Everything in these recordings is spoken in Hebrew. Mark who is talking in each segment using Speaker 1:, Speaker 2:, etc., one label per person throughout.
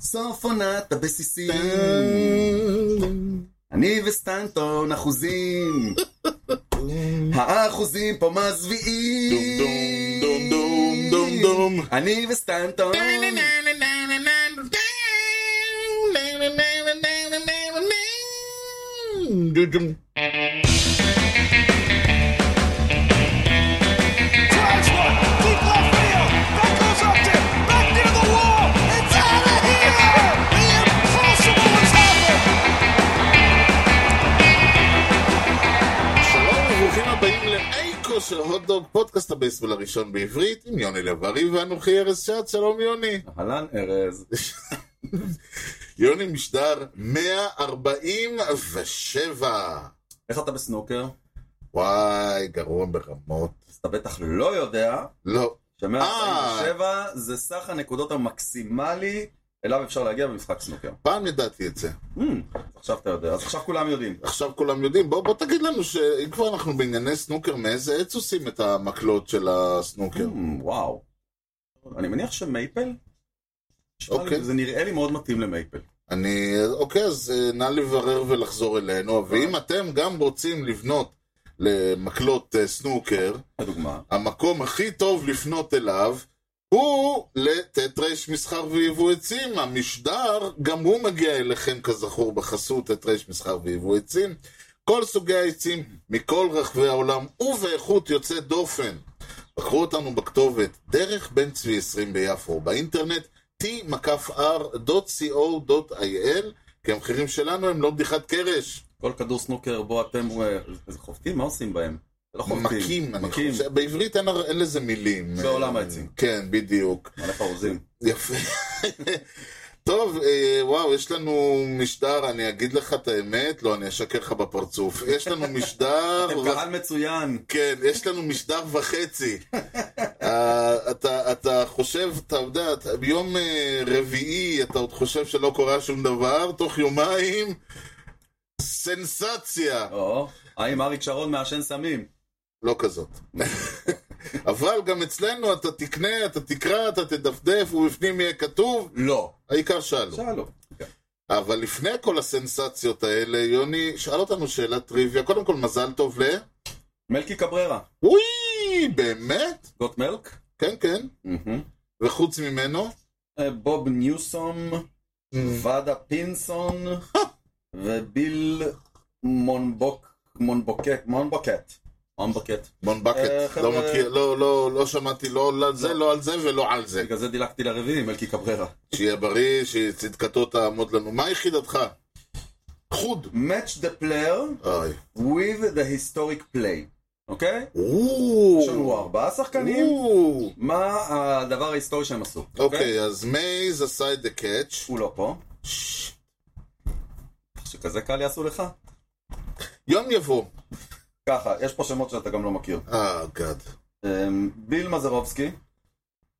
Speaker 1: סוף עונת הבסיסים. אני וסטנטון אחוזים. האחוזים פה מזוויעים.
Speaker 2: דום, דום, דום, דום, דום.
Speaker 1: אני וסטנטון.
Speaker 3: Drives one. Deep left field. That goes up there. Back near the wall. It's out of here. The impossible has happened.
Speaker 2: שלום וברוכים הבאים לאייקו של הוטדוג, פודקאסט הבייסבול הראשון בעברית, עם יוני לב-ארי ואנוכי ארז שעד, שלום יוני.
Speaker 1: אהלן ארז.
Speaker 2: יוני משדר 147.
Speaker 1: איך אתה בסנוקר?
Speaker 2: וואי, גרוע ברמות.
Speaker 1: אז אתה בטח לא יודע
Speaker 2: לא,
Speaker 1: ש-147
Speaker 2: אה.
Speaker 1: זה סך הנקודות המקסימלי אליו אפשר להגיע במשחק סנוקר.
Speaker 2: פעם ידעתי את זה.
Speaker 1: Hmm, אז עכשיו אתה יודע, אז עכשיו כולם יודעים.
Speaker 2: עכשיו כולם יודעים, בוא, בוא תגיד לנו שאם כבר אנחנו בענייני סנוקר, מאיזה עץ עושים את המקלות של הסנוקר?
Speaker 1: Hmm, וואו. אני מניח שמייפל? נשמע לי-
Speaker 2: אוקיי.
Speaker 1: זה נראה לי מאוד מתאים למייפל.
Speaker 2: אני, אוקיי, אז אה, נא לברר ולחזור אלינו, ואם אתם גם רוצים לבנות למקלות אה, סנוקר,
Speaker 1: לדוגמה.
Speaker 2: המקום הכי טוב לפנות אליו הוא לט' ר' מסחר ויבוא עצים. המשדר, גם הוא מגיע אליכם כזכור בחסות ט' ר' מסחר ויבוא עצים. כל סוגי העצים מכל רחבי העולם ובאיכות יוצאת דופן. בחרו אותנו בכתובת דרך בן צבי 20 ביפו, באינטרנט t.r.co.il כי המחירים שלנו הם לא בדיחת קרש.
Speaker 1: כל כדור סנוקר בו אתם... אה, זה חובטים? מה עושים בהם? זה לא חובטים.
Speaker 2: מכים, אני
Speaker 1: מכים.
Speaker 2: חושב, בעברית אין, הר- אין לזה מילים.
Speaker 1: בעולם העצים.
Speaker 2: כן, בדיוק.
Speaker 1: מלא חרוזים.
Speaker 2: יפה. טוב, אה, וואו, יש לנו משדר, אני אגיד לך את האמת, לא, אני אשקר לך בפרצוף. יש לנו משדר...
Speaker 1: אתם
Speaker 2: ו-
Speaker 1: קהל מצוין.
Speaker 2: כן, יש לנו משדר וחצי. אה, אתה, אתה חושב, אתה יודע, אתה, ביום אה, רביעי אתה עוד חושב שלא קורה שום דבר, תוך יומיים, סנסציה.
Speaker 1: או, האם אריק שרון מעשן סמים?
Speaker 2: לא כזאת. אבל גם אצלנו אתה תקנה, אתה תקרא, אתה תדפדף, ובפנים יהיה כתוב,
Speaker 1: לא.
Speaker 2: העיקר שאלו.
Speaker 1: שאלו.
Speaker 2: אבל לפני כל הסנסציות האלה, יוני שאל אותנו שאלת טריוויה. קודם כל, מזל טוב ל...
Speaker 1: מלקי קבררה.
Speaker 2: וואי, באמת?
Speaker 1: גוט מלק?
Speaker 2: כן, כן.
Speaker 1: מהמם.
Speaker 2: וחוץ ממנו? Mm,
Speaker 1: אה, בוב ניוסום, ועדה פינסון, וביל מונבוק, מונבוקט, מונבוקט. מונבוקט. אה,
Speaker 2: מונבקט. לא
Speaker 1: חבר'ה-
Speaker 2: מכיר, לא, לא, לא שמעתי לא על זה, לא על זה ולא על זה.
Speaker 1: בגלל זה דילגתי לרביעי, מלקי קבררה.
Speaker 2: שיהיה בריא, שצדקתו תעמוד לנו. מה יחידתך? חוד.
Speaker 1: Match the player
Speaker 2: אוי.
Speaker 1: with the historic play, אוקיי? יש לנו
Speaker 2: או.
Speaker 1: ארבעה שחקנים,
Speaker 2: או.
Speaker 1: מה הדבר ההיסטורי שהם עשו,
Speaker 2: אוקיי, אז מייז עשה את הקאץ'.
Speaker 1: הוא לא פה. שכזה קל יעשו לך?
Speaker 2: יום יבוא.
Speaker 1: ככה, יש פה שמות שאתה גם לא מכיר.
Speaker 2: אה, גאד.
Speaker 1: אמ, ביל מזרובסקי,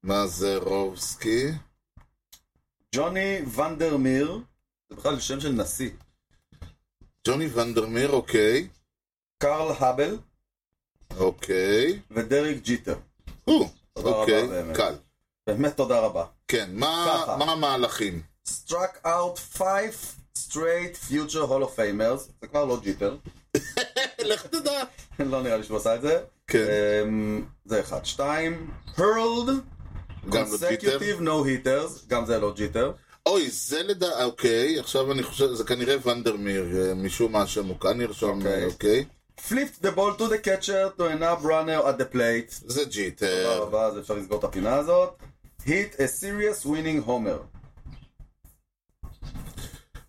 Speaker 2: מזרובסקי.
Speaker 1: ג'וני ונדרמיר, זה בכלל שם של נשיא,
Speaker 2: ג'וני ונדרמיר, אוקיי.
Speaker 1: קרל האבל
Speaker 2: אוקיי.
Speaker 1: ודרק ג'יטר.
Speaker 2: הוא,
Speaker 1: תודה
Speaker 2: אוקיי,
Speaker 1: רבה, באמת.
Speaker 2: קל.
Speaker 1: באמת תודה רבה.
Speaker 2: כן, מה
Speaker 1: ככה.
Speaker 2: מה המהלכים?
Speaker 1: struck out five straight future hall of famers, זה כבר לא ג'יטר,
Speaker 2: לך תדע.
Speaker 1: לא נראה לי שהוא עשה את זה.
Speaker 2: כן,
Speaker 1: אמ, זה אחד. שתיים, hurled
Speaker 2: גם לא לגיטר.
Speaker 1: consecutive no hitters, גם זה לא ג'יטר.
Speaker 2: אוי, זה לדע... אוקיי, עכשיו אני חושב, זה כנראה ונדרמיר, אה, משום מה שמוכן, נרשום,
Speaker 1: אוקיי.
Speaker 2: אה, אוקיי.
Speaker 1: flipped the ball to the catcher to an up runner at the plate.
Speaker 2: זה
Speaker 1: תודה
Speaker 2: אה, ג'יטר.
Speaker 1: רבה, אז אפשר לסגור את הפינה הזאת. hit a serious winning homer.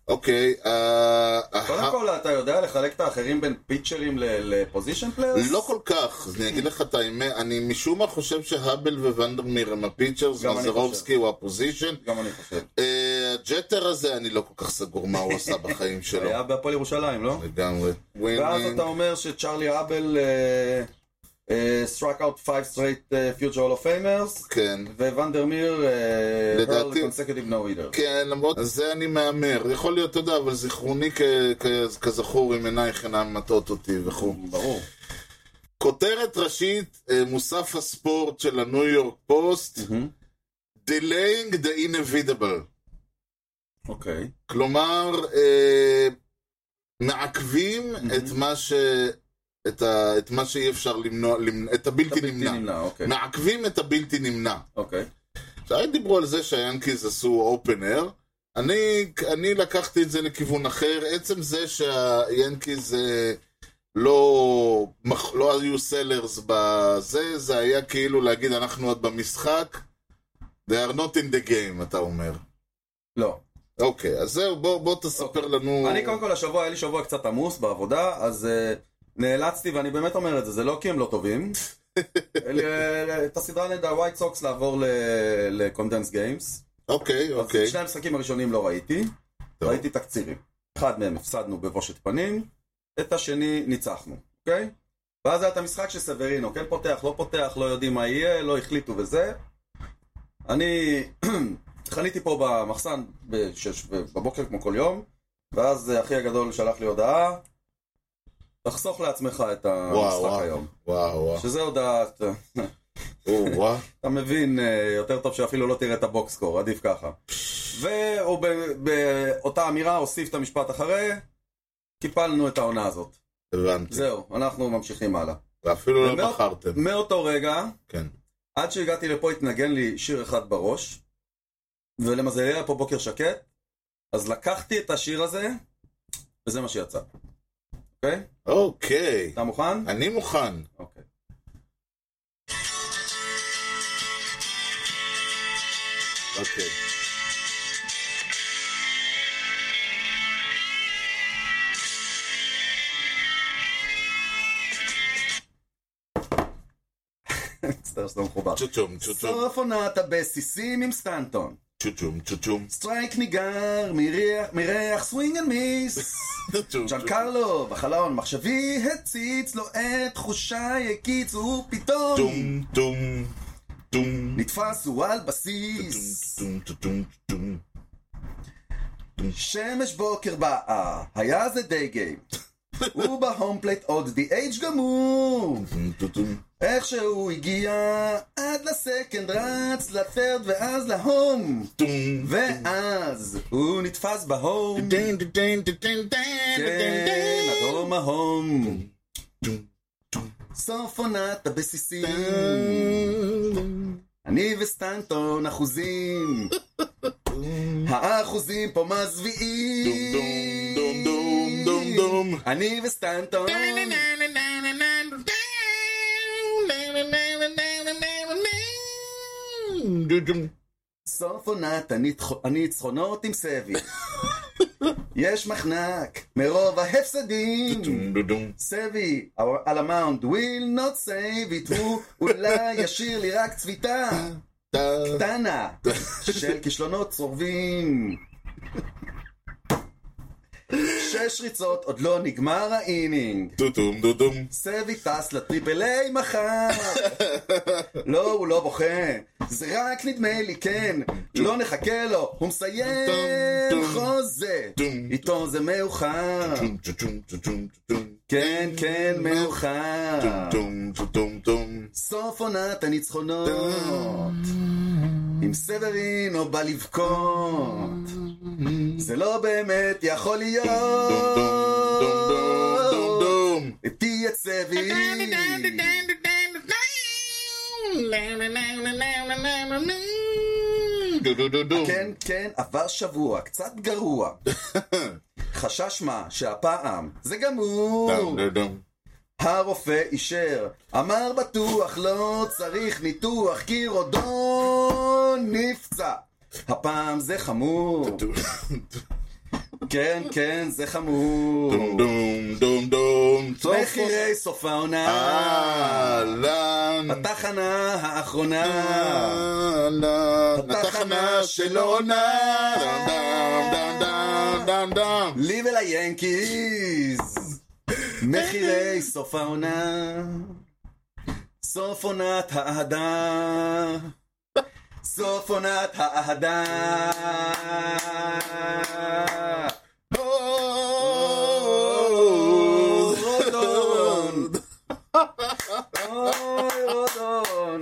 Speaker 2: אוקיי, אה,
Speaker 1: קודם
Speaker 2: אה,
Speaker 1: כל, אתה יודע לחלק את האחרים בין פיצ'רים ל- לפוזיישן פליירס?
Speaker 2: לא כל כך, אז אני אגיד לך את האמת, אני משום מה חושב שהאבל וונדרמיר הם הפיצ'רס,
Speaker 1: גם אני
Speaker 2: מזרובסקי הוא הפוזיישן.
Speaker 1: גם אני חושב.
Speaker 2: אה, הג'טר הזה, אני לא כל כך סגור מה הוא עשה בחיים שלו.
Speaker 1: היה בהפועל ירושלים, לא?
Speaker 2: לגמרי.
Speaker 1: ואז
Speaker 2: ווינינג.
Speaker 1: אתה אומר שצ'ארלי האבל struck out five straight אה, future hall of famers.
Speaker 2: כן.
Speaker 1: וונדרמיר, אה, hurled
Speaker 2: לדעתי-
Speaker 1: consecutive no hitter.
Speaker 2: כן, למרות זה אני מהמר. יכול להיות, אתה יודע, אבל זיכרוני כ- כ- כזכור עם עינייך אינם מטעות אותי וכו'.
Speaker 1: ברור.
Speaker 2: כותרת ראשית, אה, מוסף הספורט של הניו יורק פוסט, Delaying the inevitable.
Speaker 1: אוקיי.
Speaker 2: כלומר, אה, מעכבים
Speaker 1: Mhm.
Speaker 2: את מה ש... את, ה, את מה שאי אפשר למנוע, למנ... את
Speaker 1: אתה
Speaker 2: הבלתי
Speaker 1: בלתי
Speaker 2: נמנע.
Speaker 1: נמנע, אוקיי.
Speaker 2: מעכבים את הבלתי נמנע.
Speaker 1: אוקיי.
Speaker 2: עכשיו, דיברו על זה שהיאנקיז עשו אופן אייר. אני, אני לקחתי את זה לכיוון אחר. עצם זה שהיאנקיז אה, לא, מח- לא היו סלרס בזה, זה היה כאילו להגיד אנחנו עוד במשחק. They are not in the game, אתה אומר.
Speaker 1: לא.
Speaker 2: אוקיי, אז זהו, בוא, בוא תספר לנו...
Speaker 1: אוקיי. אני קודם כל השבוע, היה לי שבוע קצת עמוס בעבודה, אז אה, נאלצתי, ואני באמת אומר את זה, זה לא כי הם לא טובים. ל- את הסדרה נגד הווייט סוקס לעבור לקונדנס גיימס.
Speaker 2: אוקיי,
Speaker 1: אוקיי.
Speaker 2: אוקיי.
Speaker 1: שני המשחקים הראשונים לא ראיתי,
Speaker 2: טוב.
Speaker 1: ראיתי תקצירים. אחד מהם הפסדנו בבושת פנים, את השני ניצחנו, אוקיי? ואז היה את המשחק של סברינו, כן פותח, לא פותח, לא יודעים מה יהיה, לא החליטו וזה. אני חניתי פה במחסן בשש בבוקר כמו כל יום, ואז אחי הגדול שלח לי הודעה, תחסוך לעצמך את
Speaker 2: וואו,
Speaker 1: המשחק
Speaker 2: וואו.
Speaker 1: היום.
Speaker 2: וואו, וואו.
Speaker 1: שזה אה, הודעה, אתה-
Speaker 2: או, וואו.
Speaker 1: אתה מבין אה, יותר טוב שאפילו לא תראה את הבוקסקור, עדיף ככה. והוא ב- באותה אמירה הוסיף את המשפט אחרי, קיפלנו את העונה הזאת.
Speaker 2: הבנתי.
Speaker 1: זהו, אנחנו ממשיכים הלאה.
Speaker 2: ואפילו לא
Speaker 1: ומאוד-
Speaker 2: בחרתם.
Speaker 1: מאותו רגע,
Speaker 2: כן.
Speaker 1: עד שהגעתי לפה התנגן לי שיר אחד בראש, ולמזלי היה פה בוקר שקט, אז לקחתי את השיר הזה, וזה מה שיצא. אוקיי?
Speaker 2: אוקיי.
Speaker 1: אתה מוכן?
Speaker 2: אני מוכן.
Speaker 1: אוקיי.
Speaker 2: אוקיי.
Speaker 1: מצטער שזה לא מחובר.
Speaker 2: צ'וצ'ום, צ'וצ'ום,
Speaker 1: סוף עונת הבסיסים עם סטנטון.
Speaker 2: צ'וצ'ום, צ'וצ'ום.
Speaker 1: סטרייק ניגר, מריח, מריח, סווינג אנד מיס.
Speaker 2: צ'וצ'ום,
Speaker 1: ג'אן קרלו, בחלון מחשבי, הציץ לו את תחושה יקיץ, הוא פתאום
Speaker 2: טום, טום, טום.
Speaker 1: נתפס הוא על
Speaker 2: טום,
Speaker 1: בסיס.
Speaker 2: טום, טום, טום, טום.
Speaker 1: שמש בוקר באה, היה זה דיי גיים. הוא בהום פלייט עוד די אייג' גמור.
Speaker 2: טום, טום, טום.
Speaker 1: איך שהוא הגיע, עד לסקנד רץ, לתרד ואז להום.
Speaker 2: טום.
Speaker 1: ואז הוא נתפס בהום.
Speaker 2: טם, טם, טם, טם, טם, טם,
Speaker 1: כן,
Speaker 2: טם.
Speaker 1: הדרום ההום.
Speaker 2: טום, טום.
Speaker 1: סוף עונת הבסיסים,
Speaker 2: טם.
Speaker 1: אני וסטנטון אחוזים, האחוזים פה מזוויעים.
Speaker 2: דום, דום, דום, דום, דום, דום.
Speaker 1: אני וסטנטון, סוף עונת הניצח- הניצחונות עם סבי. יש מחנק מרוב ההפסדים. סבי, our- על המאונד, will not save it, הוא אולי ישאיר לי רק צביטה. קטנה של כישלונות צורבים. שש ריצות, עוד לא נגמר האינינג.
Speaker 2: טוטום דודום.
Speaker 1: סבי טס לטריפל איי מחר. לא, הוא לא בוכה. זה רק נדמה לי, כן. לא נחכה לו, הוא מסיים חוזה. איתו זה מאוחר.
Speaker 2: טום טום טום טום טום.
Speaker 1: כן, כן, מאוחר.
Speaker 2: טום טום טום טום.
Speaker 1: סוף עונת הניצחונות. אם סברינו בא לבכות, זה לא באמת יכול
Speaker 2: דום דום דום דום
Speaker 1: להיות.
Speaker 2: דום.
Speaker 1: תהיה צבי.
Speaker 2: דו דו דו דום.
Speaker 1: כן, כן, עבר שבוע, קצת גרוע. חשש מה, שהפעם זה גמור.
Speaker 2: דום דו דום.
Speaker 1: הרופא אישר, אמר בטוח לא צריך ניתוח, כי רודון נפצע. הפעם זה חמור. כן, כן, זה חמור.
Speaker 2: דום דום דום דום. אה. סוף
Speaker 1: מחירי סוף העונה.
Speaker 2: אהלן.
Speaker 1: התחנה האחרונה.
Speaker 2: אהלן. התחנה של עונה. דם דם דם דם דם.
Speaker 1: לי וליאנקיז. מחירי סוף העונה. סוף עונת האהדה. סוף עונת האהדה.
Speaker 2: או,
Speaker 1: רודון. אוי, רודון.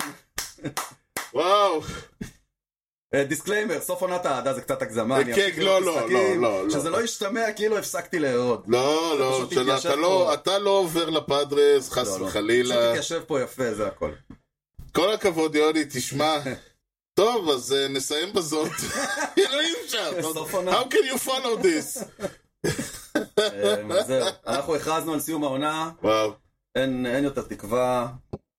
Speaker 2: וואו,
Speaker 1: אה, אה, דיסקליימר, סוף עונת האהדה זה קצת הגזמה.
Speaker 2: אה,
Speaker 1: אני
Speaker 2: כן,
Speaker 1: אמשיך
Speaker 2: לא, לא,
Speaker 1: במשחקים,
Speaker 2: לא, לא, לא.
Speaker 1: שזה לא ישתמע כאילו הפסקתי לארוד.
Speaker 2: לא, לא,
Speaker 1: פשוט
Speaker 2: שלא,
Speaker 1: התיישב
Speaker 2: אתה לא,
Speaker 1: פה.
Speaker 2: אתה לא עובר לפאדרס,
Speaker 1: לא,
Speaker 2: חס
Speaker 1: לא.
Speaker 2: וחלילה.
Speaker 1: פשוט התיישב פה יפה, זה הכל.
Speaker 2: כל הכבוד, יוני, תשמע. טוב, אז אה, נסיים בזאת. אלוהים שם.
Speaker 1: סוף עונה.
Speaker 2: How can you follow this?
Speaker 1: אה, זהו. אנחנו הכרזנו על סיום העונה,
Speaker 2: וואו.
Speaker 1: אין אין יותר תקווה,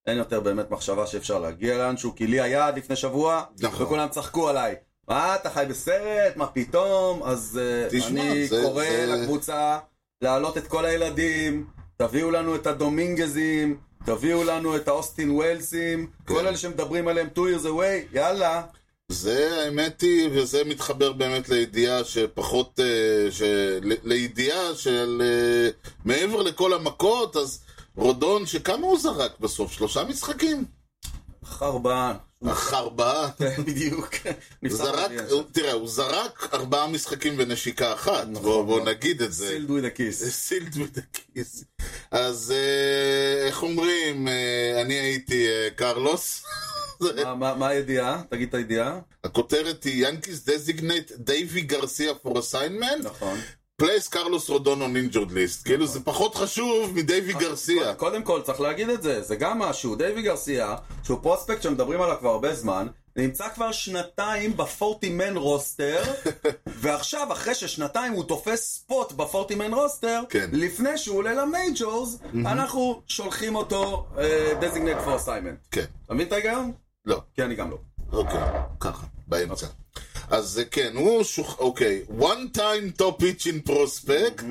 Speaker 1: אין יותר באמת מחשבה שאפשר להגיע לאנשהו, כי לי היה עד לפני שבוע,
Speaker 2: נכון.
Speaker 1: וכולם צחקו עליי. מה, אתה חי בסרט? מה פתאום? אז אה,
Speaker 2: תשמע,
Speaker 1: אני
Speaker 2: זה-
Speaker 1: קורא
Speaker 2: זה-
Speaker 1: לקבוצה להעלות את כל הילדים, תביאו לנו את הדומינגזים, תביאו לנו את האוסטין ווילסים,
Speaker 2: כן.
Speaker 1: כל אלה שמדברים עליהם two years away, יאללה.
Speaker 2: זה האמת היא, וזה מתחבר באמת לידיעה שפחות, אה, ש... ל- לידיעה של אה, מעבר לכל המכות, אז רודון, שכמה הוא זרק בסוף? שלושה משחקים?
Speaker 1: חרבן.
Speaker 2: אך ארבעה?
Speaker 1: כן, בדיוק. נפסל
Speaker 2: זרק,
Speaker 1: בדיוק.
Speaker 2: הוא- תראה, הוא זרק ארבעה משחקים ונשיקה אחת,
Speaker 1: נכון,
Speaker 2: בוא, בוא
Speaker 1: נכון.
Speaker 2: נגיד את זה.
Speaker 1: סילדו את הכיס.
Speaker 2: סילד בדקיס. אז אה, איך אומרים, אה, אני הייתי אה, קרלוס. זה-
Speaker 1: מה- מה מה הידיעה? תגיד את הידיעה.
Speaker 2: הכותרת היא ינקיס דזיגנט דייבי גרסיה פור אסיינמנט.
Speaker 1: נכון.
Speaker 2: פלייס קרלוס רודון און אינג'ורד ליסט. כאילו זה פחות חשוב מדייבי גרסיה.
Speaker 1: נכון. קודם כל, צריך להגיד את זה, זה גם משהו. דייווי גרסיה, שהוא פרוספקט שמדברים עליו כבר הרבה זמן, נמצא כבר שנתיים בפורטי מן רוסטר, ועכשיו, אחרי ששנתיים הוא תופס ספוט בפורטי מן רוסטר,
Speaker 2: כן.
Speaker 1: לפני שהוא עולה למייג'ורס, אנחנו שולחים אותו אה, דזיגנט פור סיימנט.
Speaker 2: כן,
Speaker 1: אתה מבין את ההיגיון?
Speaker 2: לא,
Speaker 1: כי אני גם לא.
Speaker 2: אוקיי, ככה, באמצע. אז זה כן, הוא שוח... אוקיי, one time top pitch in prospect,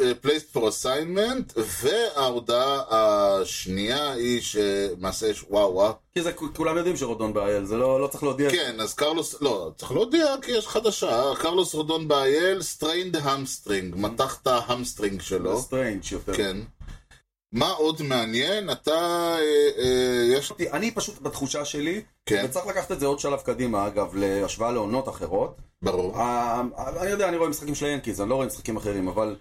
Speaker 2: אה, placed for assignment, וההודעה השנייה היא שמעשה יש וואו וואו.
Speaker 1: כי זה כולם יודעים שרודון באייל, זה לא לא צריך להודיע.
Speaker 2: כן, אז קרלוס, לא, צריך להודיע כי יש חדשה, קרלוס רודון באייל, strained hamstring, מתח את ההמסטרינג שלו.
Speaker 1: זה סטרנג' יותר.
Speaker 2: לא. כן. מה עוד מעניין? אתה, אה, אה, יש...
Speaker 1: אותי- אני פשוט בתחושה שלי,
Speaker 2: כן.
Speaker 1: וצריך לקחת את זה עוד שלב קדימה, אגב, להשוואה לעונות אחרות.
Speaker 2: ברור.
Speaker 1: ה- ה- אני יודע, אני רואה משחקים של היאנקיז, אני לא רואה משחקים אחרים, אבל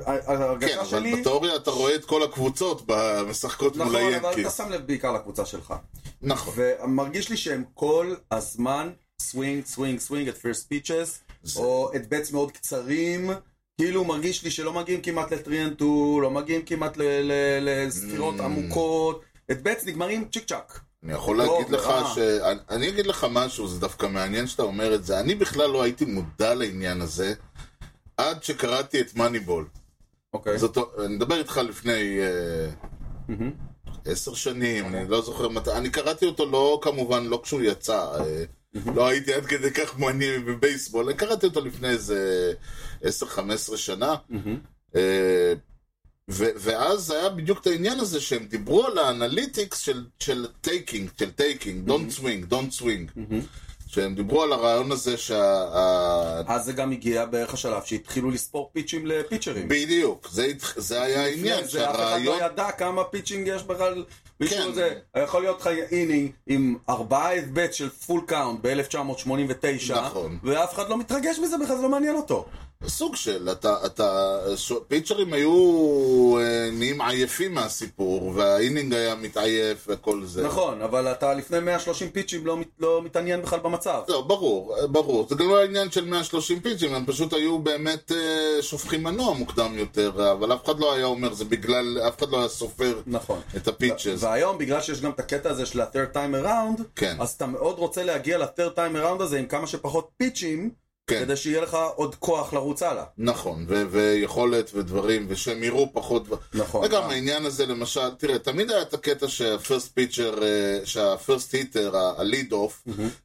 Speaker 1: ה-
Speaker 2: כן,
Speaker 1: ההרגשה שלי...
Speaker 2: אבל בתיאוריה אתה רואה את כל הקבוצות משחקות מול
Speaker 1: נכון, אבל אתה
Speaker 2: היאנקיס.
Speaker 1: שם לב בעיקר לקבוצה שלך.
Speaker 2: נכון.
Speaker 1: ומרגיש לי שהם כל הזמן סווינג, סווינג, סווינג את פירסט פיצ'ס,
Speaker 2: זה-
Speaker 1: או את בטס מאוד קצרים. כאילו מרגיש לי שלא מגיעים כמעט לטריאנטו, לא מגיעים כמעט ל- ל- לספירות
Speaker 2: Mm.
Speaker 1: עמוקות. את בטס נגמרים צ'יק צ'אק.
Speaker 2: אני יכול
Speaker 1: לא,
Speaker 2: להגיד לך
Speaker 1: אה.
Speaker 2: ש... אני- אני אגיד לך משהו, זה דווקא מעניין שאתה אומר את זה. אני בכלל לא הייתי מודע לעניין הזה עד שקראתי את מאניבול.
Speaker 1: אוקיי.
Speaker 2: זאת... אני מדבר איתך לפני אה,
Speaker 1: מהמם.
Speaker 2: עשר שנים, אני לא זוכר מתי. אני קראתי אותו לא, כמובן, לא כשהוא יצא. אה, לא הייתי עד כדי כך מעניין בבייסבול. אני קראתי אותו לפני איזה עשר, חמש עשרה שנה.
Speaker 1: מהמם.
Speaker 2: אה, ו- ואז היה בדיוק את העניין הזה שהם דיברו על האנליטיקס של- של טייקינג, של טייקינג, don't swing, don't swing.
Speaker 1: מהמם.
Speaker 2: שהם דיברו על הרעיון הזה שה... ה-
Speaker 1: אז זה גם הגיע בערך השלב שהתחילו לספור פיצ'ים לפיצ'רים.
Speaker 2: בדיוק, זה התח- זה היה העניין,
Speaker 1: לפני זה אף אחד
Speaker 2: שהרעיון...
Speaker 1: לא ידע כמה פיצ'ינג יש בכלל. מישהו
Speaker 2: כן.
Speaker 1: זה, יכול להיות לך אינינג עם ארבעה אבט של פול קאונט ב-1989,
Speaker 2: נכון.
Speaker 1: ואף אחד לא מתרגש מזה בכלל, זה לא מעניין אותו.
Speaker 2: סוג של, אתה, אתה, ש- פיצ'רים היו אה, נהיים עייפים מהסיפור, והאינינג היה מתעייף וכל זה.
Speaker 1: נכון, אבל אתה לפני 130 פיצ'ים לא מת- לא מתעניין בכלל במצב.
Speaker 2: לא, ברור, ברור. זה גם לא העניין של 130 פיצ'ים, הם פשוט היו באמת אה, שופכים מנוע מוקדם יותר, אבל אף אחד לא היה אומר זה בגלל, אף אחד לא היה סופר
Speaker 1: נכון.
Speaker 2: את הפיצ'ס.
Speaker 1: והיום, בגלל שיש גם את הקטע הזה של ה-third time around,
Speaker 2: כן.
Speaker 1: אז אתה מאוד רוצה להגיע ל-third time around הזה עם כמה שפחות פיצ'ים,
Speaker 2: כן.
Speaker 1: כדי שיהיה לך עוד כוח לרוץ הלאה.
Speaker 2: נכון, ו- ויכולת ודברים, ושהם יראו פחות. ו-
Speaker 1: נכון.
Speaker 2: וגם
Speaker 1: אה.
Speaker 2: העניין הזה, למשל, תראה, תמיד היה את הקטע שהפרסט פיצ'ר, אה, שהפרסט היטר, הליד אוף,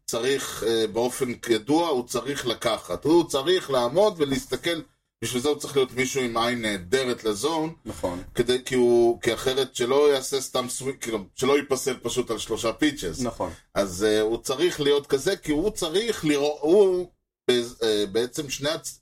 Speaker 2: צריך אה, באופן ידוע, הוא צריך לקחת. הוא צריך לעמוד ולהסתכל, בשביל זה הוא צריך להיות מישהו עם עין נהדרת לזון.
Speaker 1: נכון.
Speaker 2: כדי, כי, הוא, כי אחרת שלא יעשה סתם סוויק, כאילו, שלא ייפסל פשוט על שלושה פיצ'ס.
Speaker 1: נכון.
Speaker 2: אז uh, הוא צריך להיות כזה, כי הוא צריך לראות, הוא בז- אה, בעצם שני הצ...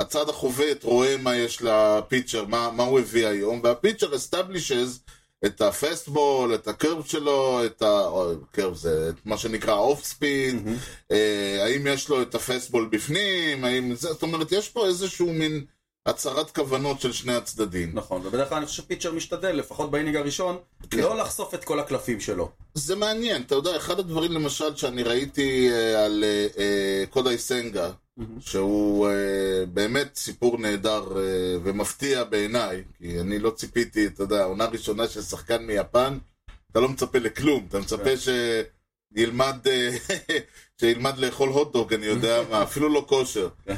Speaker 2: הצד החובט רואה מה יש לפיצ'ר, מה, מה הוא הביא היום, והפיצ'ר establishes את הפסטבול, את הקרב שלו, את ה... או, קרב זה, את מה שנקרא אה, אוף ספיד, mm-hmm. האם יש לו את הפסטבול בפנים, האם זה, זאת אומרת, יש פה איזשהו מין הצהרת כוונות של שני הצדדים.
Speaker 1: נכון, ובדרך כלל אני חושב שפיצ'ר משתדל, לפחות באינינג הראשון, לא לחשוף את כל הקלפים שלו.
Speaker 2: זה מעניין, אתה יודע, אחד הדברים למשל שאני ראיתי אה, על אה, אה, קודאי סנגה, שהוא אה, באמת סיפור נהדר אה, ומפתיע בעיניי, כי אני לא ציפיתי, אתה יודע, עונה ראשונה של שחקן מיפן, אתה לא מצפה לכלום, אתה מצפה
Speaker 1: כן.
Speaker 2: שילמד, אה, שילמד לאכול הוטדוג, אני יודע מה, אפילו לא כושר.
Speaker 1: כן.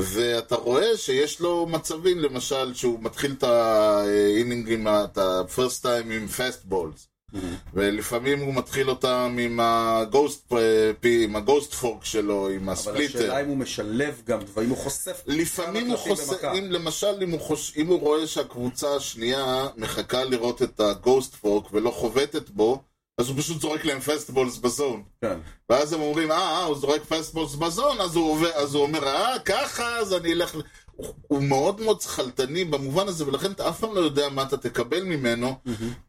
Speaker 2: ואתה רואה שיש לו מצבים, למשל, שהוא מתחיל את האינינגים, את ה-first time עם fastballs.
Speaker 1: Mm-hmm.
Speaker 2: ולפעמים הוא מתחיל אותם עם הגוסט פי, עם הגוסט פורק שלו, עם
Speaker 1: אבל
Speaker 2: הספליטר.
Speaker 1: השאלה אם הוא משלב גם דברים, הוא חושף...
Speaker 2: לפעמים
Speaker 1: כמה
Speaker 2: הוא
Speaker 1: קלפים
Speaker 2: חוסר,
Speaker 1: במכה.
Speaker 2: אם, למשל אם הוא, חוש, אם הוא רואה שהקבוצה השנייה מחכה לראות את הגוסט פורק ולא חובטת בו, אז הוא פשוט זורק להם פסטבולס בזון.
Speaker 1: כן.
Speaker 2: ואז הם אומרים, אה, אה, הוא זורק פסטבולס בזון, אז הוא, עובר, אז הוא אומר, אה, ככה, אז אני אלך... ל-" הוא- הוא מאוד מאוד שכלתני במובן הזה, ולכן אתה אף פעם לא יודע מה אתה תקבל ממנו,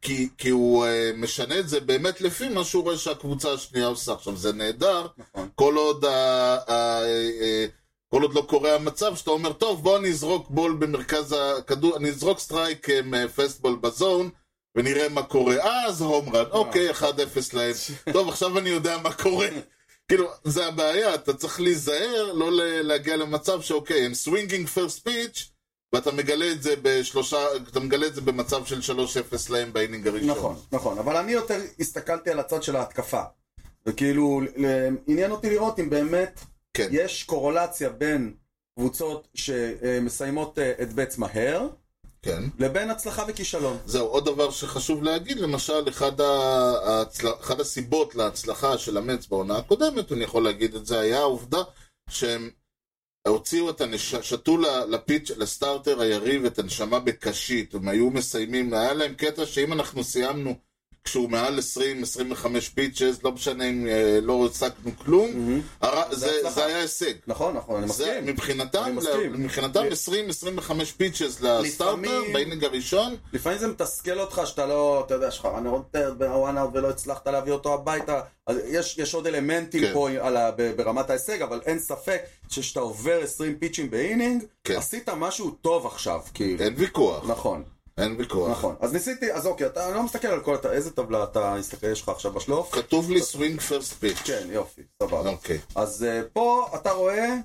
Speaker 2: כי, כי הוא uh, משנה את זה באמת לפי מה שהוא רואה שהקבוצה השנייה עושה. עכשיו, זה נהדר,
Speaker 1: נכון.
Speaker 2: כל עוד, ה, ה, ה, אה, כל עוד לא קורה המצב, שאתה אומר, טוב, בוא אני אזרוק בול במרכז הכדור, אני אזרוק סטרייק אה, מ- פסטבול בזון, ונראה מה קורה. אה, אז הום רן, אוקיי, 1-0 להם. טוב, עכשיו אני יודע מה קורה. כאילו, זה הבעיה, אתה צריך להיזהר, לא ל- להגיע למצב שאוקיי, הם סווינגינג פרסט פיץ', ואתה מגלה את זה בשלושה, אתה מגלה את זה במצב של 3-0 להם באינינג הראשון.
Speaker 1: נכון, נכון, אבל אני יותר הסתכלתי על הצד של ההתקפה. וכאילו, ל- עניין אותי לראות אם באמת
Speaker 2: כן.
Speaker 1: יש קורולציה בין קבוצות שמסיימות אה, את בץ מהר,
Speaker 2: כן.
Speaker 1: לבין הצלחה וכישלון.
Speaker 2: זהו, עוד דבר שחשוב להגיד, למשל, אחד, ההצל... אחד הסיבות להצלחה של המץ בעונה הקודמת, אני יכול להגיד את זה, היה העובדה שהם הוציאו את הנש... שתו ל- לפיץ', לסטארטר היריב את הנשמה בקשית, הם היו מסיימים, היה להם קטע שאם אנחנו סיימנו כשהוא מעל 20-25 פיצ'ס, לא משנה אם אה, לא הצגנו כלום, הר...
Speaker 1: זה
Speaker 2: זה,
Speaker 1: הצלחה.
Speaker 2: זה היה הישג.
Speaker 1: נכון, נכון, אני
Speaker 2: זה,
Speaker 1: מסכים. אני
Speaker 2: מבחינתם,
Speaker 1: מסכים.
Speaker 2: מבחינתם
Speaker 1: ל-
Speaker 2: 20-25 פיצ'ס לסטארטר,
Speaker 1: לפעמים-
Speaker 2: באינינג הראשון,
Speaker 1: לפעמים זה מתסכל אותך שאתה לא, אתה יודע, שחרן רונטר בוואן אאוט ולא הצלחת להביא אותו הביתה. אז יש, יש עוד אלמנטים
Speaker 2: כן.
Speaker 1: כן. פה על ה, ב- ברמת ההישג, אבל אין ספק שכשאתה עובר 20 פיצ'ים באינינג,
Speaker 2: כן. אה.
Speaker 1: עשית משהו טוב עכשיו, כאילו.
Speaker 2: אין ויכוח.
Speaker 1: נכון,
Speaker 2: אין ויכוח.
Speaker 1: נכון. אז ניסיתי, אז אוקיי, אתה אני לא מסתכל על כל, הט- איזה טבלה אתה, הסתכל, יש לך עכשיו בשלוף?
Speaker 2: כתוב לי סווינג פרסט פיץ'.
Speaker 1: כן, יופי, סבבה.
Speaker 2: אוקיי.
Speaker 1: אז אה, פה אתה רואה,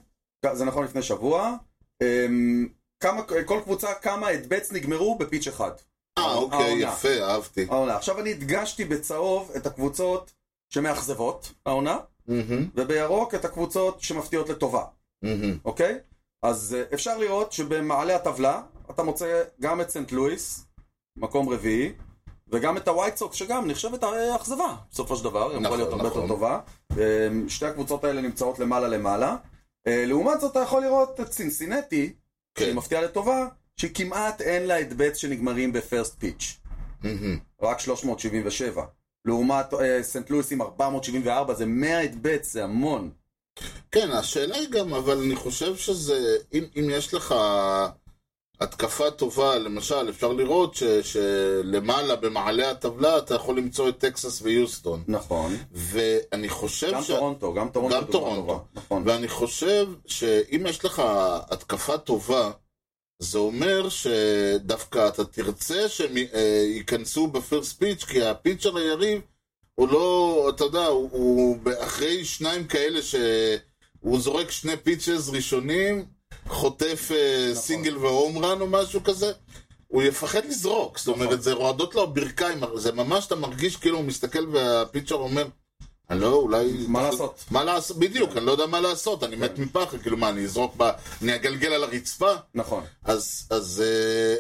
Speaker 1: זה נכון לפני שבוע, אמ, כמה, כל קבוצה, כמה הדבץ נגמרו בפיץ' אחד.
Speaker 2: אה, אוקיי,
Speaker 1: העונה. אה.
Speaker 2: יפה, אהבתי.
Speaker 1: העונה. עכשיו אני הדגשתי בצהוב את הקבוצות שמאכזבות, העונה,
Speaker 2: מהמם,
Speaker 1: ובירוק את הקבוצות שמפתיעות לטובה,
Speaker 2: מהמם.
Speaker 1: אוקיי? אז אה, אפשר לראות שבמעלה הטבלה אתה מוצא גם את סנט לואיס, מקום רביעי, וגם את הווייט סוקס, שגם נחשבת אה, אכזבה, בסופו של דבר, היא
Speaker 2: נכון,
Speaker 1: אמורה להיות הרבה
Speaker 2: נכון.
Speaker 1: יותר טובה. אה, שתי הקבוצות האלה נמצאות למעלה למעלה. אה, לעומת זאת אתה יכול לראות את סינסינטי,
Speaker 2: כן.
Speaker 1: שהיא מפתיעה לטובה, שכמעט אין לה את בית שנגמרים בפרסט פיץ'.
Speaker 2: מהמם.
Speaker 1: רק 377. לעומת אה, סנט לואיס עם 474, זה 100 את בית, זה המון.
Speaker 2: כן, השאלה היא גם, אבל אני חושב שזה, אם אם יש לך התקפה טובה, למשל, אפשר לראות ש- שלמעלה במעלה הטבלה אתה יכול למצוא את טקסס ויוסטון.
Speaker 1: נכון.
Speaker 2: ואני חושב
Speaker 1: גם
Speaker 2: ש...
Speaker 1: טורונטו, גם טורונטו.
Speaker 2: גם
Speaker 1: דוגמה
Speaker 2: טורונטו.
Speaker 1: טובה. נכון.
Speaker 2: ואני חושב שאם יש לך התקפה טובה, זה אומר שדווקא אתה תרצה שהם אה, ייכנסו בפרסט פיץ', כי הפיצ'ר היריב הוא לא, אתה יודע, הוא, הוא אחרי שניים כאלה שהוא זורק שני פיצ'ס ראשונים, חוטף אה,
Speaker 1: נכון.
Speaker 2: סינגל והום רן או משהו כזה, הוא יפחד לזרוק. זאת אומרת,
Speaker 1: נכון.
Speaker 2: זה רועדות לו הברכיים, זה ממש, אתה מרגיש כאילו הוא מסתכל והפיצ'ר אומר, אני לא, אולי...
Speaker 1: מה לעשות? כן.
Speaker 2: מה לעשות? בדיוק, אני לא יודע מה לעשות, אני מת מפחד, כאילו מה, אני אזרוק ב... אני אגלגל על הרצפה?
Speaker 1: נכון.
Speaker 2: אז, אז אה,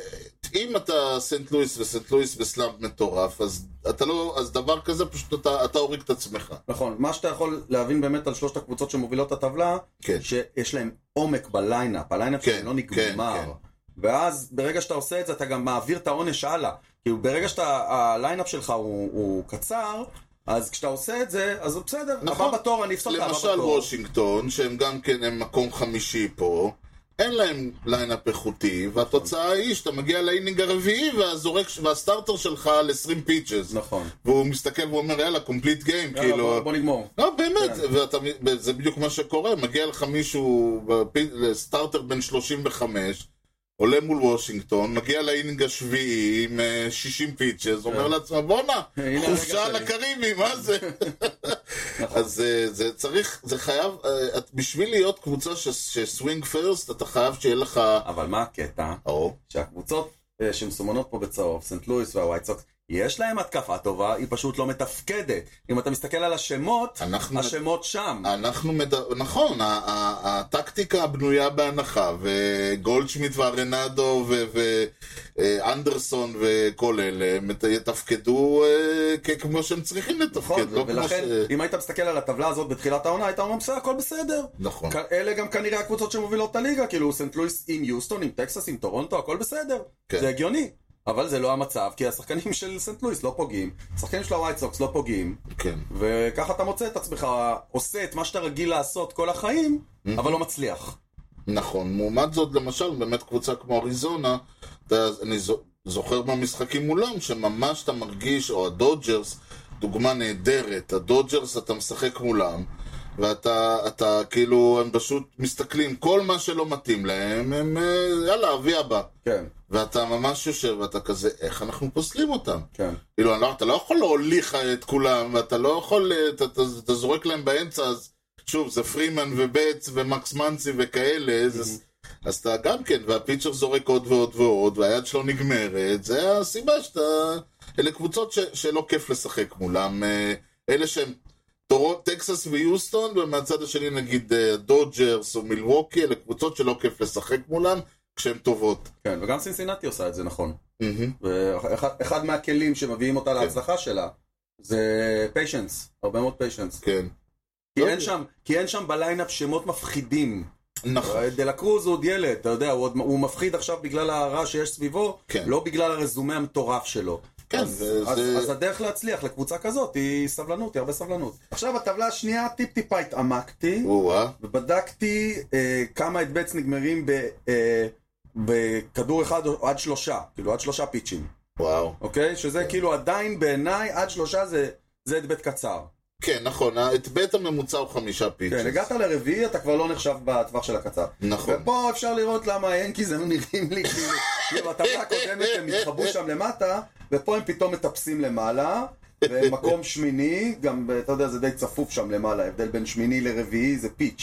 Speaker 2: אם אתה סנט לואיס וסנט לואיס בסלאמפ מטורף, אז אתה לא, אז דבר כזה פשוט אתה, אתה הורג את עצמך.
Speaker 1: נכון. מה שאתה יכול להבין באמת על שלושת הקבוצות שמובילות את הטבלה,
Speaker 2: כן.
Speaker 1: שיש להם עומק בליינאפ, הליינאפ
Speaker 2: כן,
Speaker 1: שלהם לא
Speaker 2: כן, כן.
Speaker 1: נגמר. ואז ברגע שאתה עושה את זה, אתה גם מעביר את העונש הלאה. כאילו ברגע שהליינאפ שלך הוא הוא קצר, אז כשאתה עושה את זה, אז הוא בסדר,
Speaker 2: נכון.
Speaker 1: הבא בתור, אני אפסול את הבא בתור.
Speaker 2: למשל וושינגטון, שהם גם כן הם מקום חמישי פה, אין להם ליינאפ איכותי, והתוצאה היא שאתה מגיע לאינינג הרביעי והזורק, והסטארטר שלך על 20 פיצ'ס.
Speaker 1: נכון.
Speaker 2: והוא מסתכל ואומר, יאללה, קומפליט גיים,
Speaker 1: יאללה,
Speaker 2: כאילו...
Speaker 1: בוא- בוא נגמור.
Speaker 2: לא, באמת, ואתה, זה בדיוק מה שקורה, מגיע לך מישהו, בפי- לסטארטר בן 35, עולה מול וושינגטון, מגיע לאינינג השביעי עם אה, 60 פיצ'ס, אומר
Speaker 1: כן.
Speaker 2: לעצמו, בואנה,
Speaker 1: הנה הרגע
Speaker 2: חופשה
Speaker 1: שלי."
Speaker 2: לקריבי, מה זה?
Speaker 1: נכון.
Speaker 2: אז אה, זה צריך, זה חייב, אה, את- בשביל להיות קבוצה ש- שסווינג פרסט, אתה חייב שיהיה לך...
Speaker 1: אבל מה הקטע?
Speaker 2: או,
Speaker 1: שהקבוצות אה, שמסומנות פה בצהוב, סנט לואיס והווייט סוקס, יש להם התקפה טובה, היא פשוט לא מתפקדת. אם אתה מסתכל על השמות,
Speaker 2: אנחנו... אה,
Speaker 1: השמות שם.
Speaker 2: אנחנו מדבר... נכון, ה- ה- הטקטיקה הבנויה בהנחה, וגולדשמיט והרנדו ואנדרסון וכל אלה מת- יתפקדו אה, כ- כמו שהם צריכים
Speaker 1: נכון,
Speaker 2: לתפקד, לא כמו ש...
Speaker 1: ולכן, אם היית מסתכל על הטבלה הזאת בתחילת העונה, היית אומר, בסדר, הכל בסדר.
Speaker 2: נכון.
Speaker 1: כ- אלה גם כנראה הקבוצות שמובילות את הליגה, כאילו סנט לואיס עם יוסטון, עם טקסס, עם טורונטו, הכל בסדר.
Speaker 2: כן.
Speaker 1: זה הגיוני. אבל זה לא המצב, כי השחקנים של סנט לואיס לא פוגעים, השחקנים של הווייט סוקס לא פוגעים,
Speaker 2: כן.
Speaker 1: וככה אתה מוצא את עצמך עושה את מה שאתה רגיל לעשות כל החיים, אבל לא מצליח.
Speaker 2: נכון, לעומת זאת, למשל, באמת קבוצה כמו אריזונה, אתה, אני זו- זוכר במשחקים מולם, שממש אתה מרגיש, או הדודג'רס, דוגמה נהדרת, הדודג'רס, אתה משחק מולם, ואתה אתה, כאילו, הם פשוט מסתכלים, כל מה שלא מתאים להם, הם אה, יאללה, אבי הבא.
Speaker 1: כן,
Speaker 2: ואתה ממש יושב, ואתה כזה, איך אנחנו פוסלים אותם?
Speaker 1: כן.
Speaker 2: כאילו, לא, אתה לא יכול להוליך את כולם, ואתה לא יכול, אה, אתה, אתה, אתה זורק להם באמצע, אז שוב, זה פרימן ובץ ומקס מנסי וכאלה, אז, אז אתה גם כן, והפיצ'ר זורק עוד ועוד ועוד, והיד שלו נגמרת, זה הסיבה שאתה... אלה קבוצות ש, שלא כיף לשחק מולם, אה, אלה שהם טורות, טקסס ויוסטון, ומהצד השני נגיד אה, דודג'רס או מילווקי, אלה קבוצות שלא כיף לשחק מולם, כשהן טובות.
Speaker 1: כן, וגם סינסינטי עושה את זה נכון.
Speaker 2: מהמם.
Speaker 1: ואחד אחד מהכלים שמביאים אותה להצלחה שלה, זה פיישנס, הרבה מאוד פיישנס.
Speaker 2: כן.
Speaker 1: כי
Speaker 2: לא
Speaker 1: אין
Speaker 2: יודע.
Speaker 1: שם, כי אין שם בליינאפ שמות מפחידים.
Speaker 2: נכון.
Speaker 1: דה לה קרוז הוא עוד ילד, אתה יודע, הוא, עוד, הוא מפחיד עכשיו בגלל הרע שיש סביבו,
Speaker 2: כן.
Speaker 1: לא בגלל הרזומה המטורף שלו.
Speaker 2: כן,
Speaker 1: אז,
Speaker 2: זה-
Speaker 1: אז,
Speaker 2: זה-
Speaker 1: אז הדרך להצליח לקבוצה כזאת היא סבלנות, היא הרבה סבלנות. עכשיו הטבלה השנייה, טיפ-טיפה התעמקתי,
Speaker 2: או-אה.
Speaker 1: ובדקתי אה, כמה הדבץ נגמרים ב, אה, בכדור אחד או- עד שלושה, כאילו עד שלושה פיצ'ים,
Speaker 2: וואו.
Speaker 1: אוקיי? שזה כאילו עדיין בעיניי עד שלושה זה, זה הדבט קצר.
Speaker 2: כן, נכון, את בית הממוצע הוא חמישה פיצ'ס.
Speaker 1: כן, הגעת לרביעי, אתה כבר לא נחשב בטווח של הקצר.
Speaker 2: נכון.
Speaker 1: ופה אפשר לראות למה היאנקיז היו נראים לי כאילו, כאילו, בטבלה הקודמת הם התחבאו שם למטה, ופה הם פתאום מטפסים למעלה, ומקום שמיני, גם, אתה יודע, זה די צפוף שם למעלה, ההבדל בין שמיני לרביעי זה פיץ'.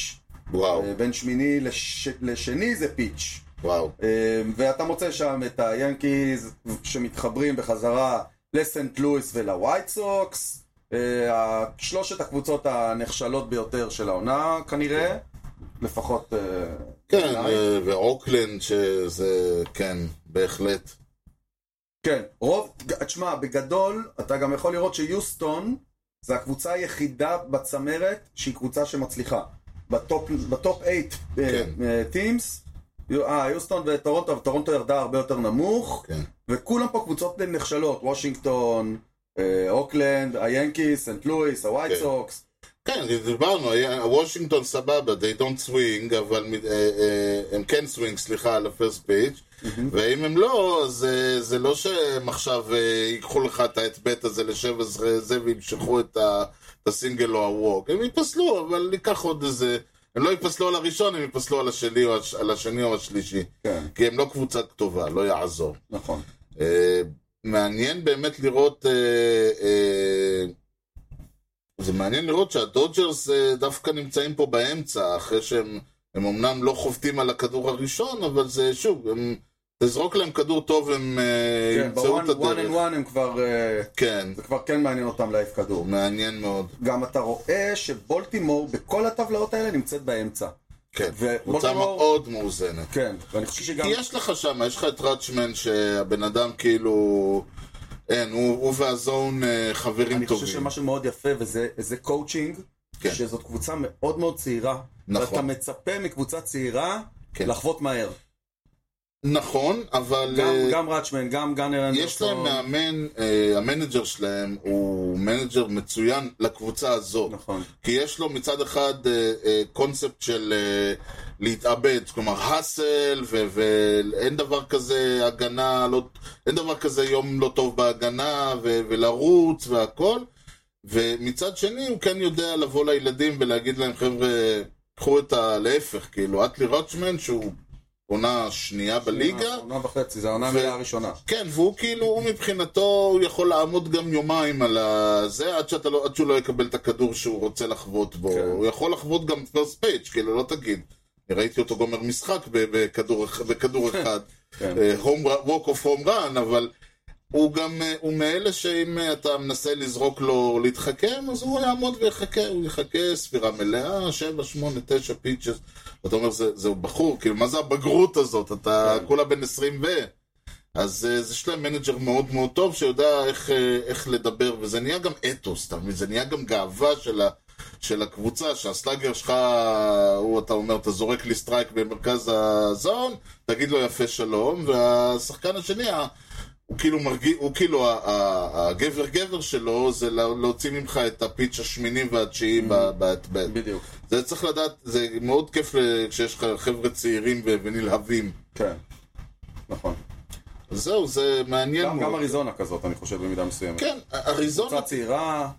Speaker 2: וואו,
Speaker 1: אה, בין שמיני לש... לשני זה פיץ'.
Speaker 2: וואו.
Speaker 1: אה, ואתה מוצא שם את היאנקיז שמתחברים בחזרה לסנט לואיס ולווייט סוקס, אה, שלושת הקבוצות הנחשלות ביותר של העונה כנראה, לפחות... אה,
Speaker 2: כן,
Speaker 1: בעיניי.
Speaker 2: אה, ואוקלנד שזה, כן, בהחלט.
Speaker 1: כן, רוב, ג- תשמע, בגדול, אתה גם יכול לראות שיוסטון זה הקבוצה היחידה בצמרת שהיא קבוצה שמצליחה. בטופ, בטופ אה, 8
Speaker 2: כן.
Speaker 1: טימס, אה, יוסטון וטורונטו, אבל טורונטו ירדה הרבה יותר נמוך,
Speaker 2: כן.
Speaker 1: וכולם פה קבוצות נחשלות, וושינגטון, אה, אוקלנד, היאנקיס, סנט לואיס, הווייט
Speaker 2: כן.
Speaker 1: סוקס,
Speaker 2: כן, דיברנו, היה- וושינגטון סבבה, they don't swing, אבל מ- אה, אה, הם כן swing, סליחה, על ה-first pitch, ואם הם לא, אז אה, זה לא שהם עכשיו אה, ייקחו לך את האטבט הזה לשבע עשרה זה וימשכו את ה- את הסינגל או הווק, הם ייפסלו, אבל ניקח עוד איזה... הם לא ייפסלו על הראשון, הם ייפסלו על השני או הש- על השני או השלישי.
Speaker 1: כן,
Speaker 2: כי הם לא קבוצה טובה, לא יעזור.
Speaker 1: נכון.
Speaker 2: אה, מעניין באמת לראות... אה, אה, זה מעניין לראות שהדודג'רס אה, דווקא נמצאים פה באמצע, אחרי שהם הם אמנם לא חובטים על הכדור הראשון, אבל זה שוב, הם... תזרוק להם כדור טוב, הם אה,
Speaker 1: כן,
Speaker 2: ימצאו את
Speaker 1: בוואן וואן אנד
Speaker 2: הדרך.
Speaker 1: וואן הם כבר, אה,
Speaker 2: כן,
Speaker 1: זה כבר כן מעניין אותם להעיף כדור.
Speaker 2: מעניין מאוד.
Speaker 1: גם אתה רואה שבולטימור בכל הטבלאות האלה נמצאת באמצע.
Speaker 2: כן,
Speaker 1: ו-
Speaker 2: קבוצה
Speaker 1: בולטימור-
Speaker 2: מאוד מאוזנת.
Speaker 1: כן, ואני חושב שגם...
Speaker 2: כי יש לך שם, יש לך את ראצ'מן שהבן אדם כאילו... אין, הוא, הוא והזון אה, חברים טובים.
Speaker 1: אני חושב שמה שמאוד יפה, וזה זה קואוצ'ינג,
Speaker 2: כן.
Speaker 1: שזאת קבוצה מאוד מאוד צעירה.
Speaker 2: נכון.
Speaker 1: ואתה מצפה מקבוצה צעירה
Speaker 2: כן.
Speaker 1: לחוות מהר.
Speaker 2: נכון, אבל
Speaker 1: גם,
Speaker 2: אה,
Speaker 1: גם ראצ'מן, גם גאנר
Speaker 2: יש להם
Speaker 1: אנדרסון.
Speaker 2: מאמן, אה, המנג'ר שלהם הוא מנג'ר מצוין לקבוצה הזאת.
Speaker 1: נכון.
Speaker 2: כי יש לו מצד אחד אה, אה, קונספט של אה, להתאבד, כלומר האסל, ואין דבר כזה הגנה, לא, אין דבר כזה יום לא טוב בהגנה, ו, ולרוץ והכל. ומצד שני הוא כן יודע לבוא לילדים ולהגיד להם, חבר'ה, קחו את ה... להפך, כאילו, אטלי רצ'מן, שהוא עונה שנייה בליגה.
Speaker 1: אה, עונה וחצי, זה העונה המלאה הראשונה.
Speaker 2: כן, והוא כאילו, הוא מבחינתו, הוא יכול לעמוד גם יומיים על הזה, עד, שאתה לא, עד שהוא לא יקבל את הכדור שהוא רוצה לחבוט בו.
Speaker 1: כן.
Speaker 2: כן. הוא יכול לחבוט גם פרסט פייג', כאילו, לא תגיד. אני ראיתי אותו גומר משחק ב- בכדור, אח- בכדור אחד, אה,
Speaker 1: כן.
Speaker 2: ווק אוף הום רן, אבל הוא גם, אה, הוא מאלה שאם אה, אתה מנסה לזרוק לו להתחכם, אז הוא יעמוד ויחכה, הוא יחכה ספירה מלאה, שבע, שמונה, תשע פיצ'ס. אתה אומר, זה, זה בחור, כאילו, מה זה הבגרות הזאת? אתה
Speaker 1: כן.
Speaker 2: כולה בן עשרים ו... אז אה, זה יש להם מנג'ר מאוד מאוד טוב שיודע איך, אה, איך לדבר, וזה נהיה גם אתוס, אתה מבין? זה נהיה גם גאווה של, ה, של הקבוצה, שהסלאגר שלך, הוא, אתה אומר, אתה זורק לי סטרייק במרכז הזון, תגיד לו יפה שלום, והשחקן השני, ה- הוא כאילו מרגיש, הוא כאילו, ה- ה- הגבר גבר שלו זה לה- להוציא ממך את הפיץ' השמיני והתשיעי ב- ב- ב-
Speaker 1: בדיוק.
Speaker 2: זה צריך לדעת, זה מאוד כיף ל- כשיש לך חבר'ה צעירים ו- ונלהבים.
Speaker 1: כן. נכון.
Speaker 2: זהו, זה מעניין
Speaker 1: גם גם אריזונה כזאת, אני חושב, במידה מסוימת.
Speaker 2: כן, נכון. אריזונה,
Speaker 1: קבוצה צעירה.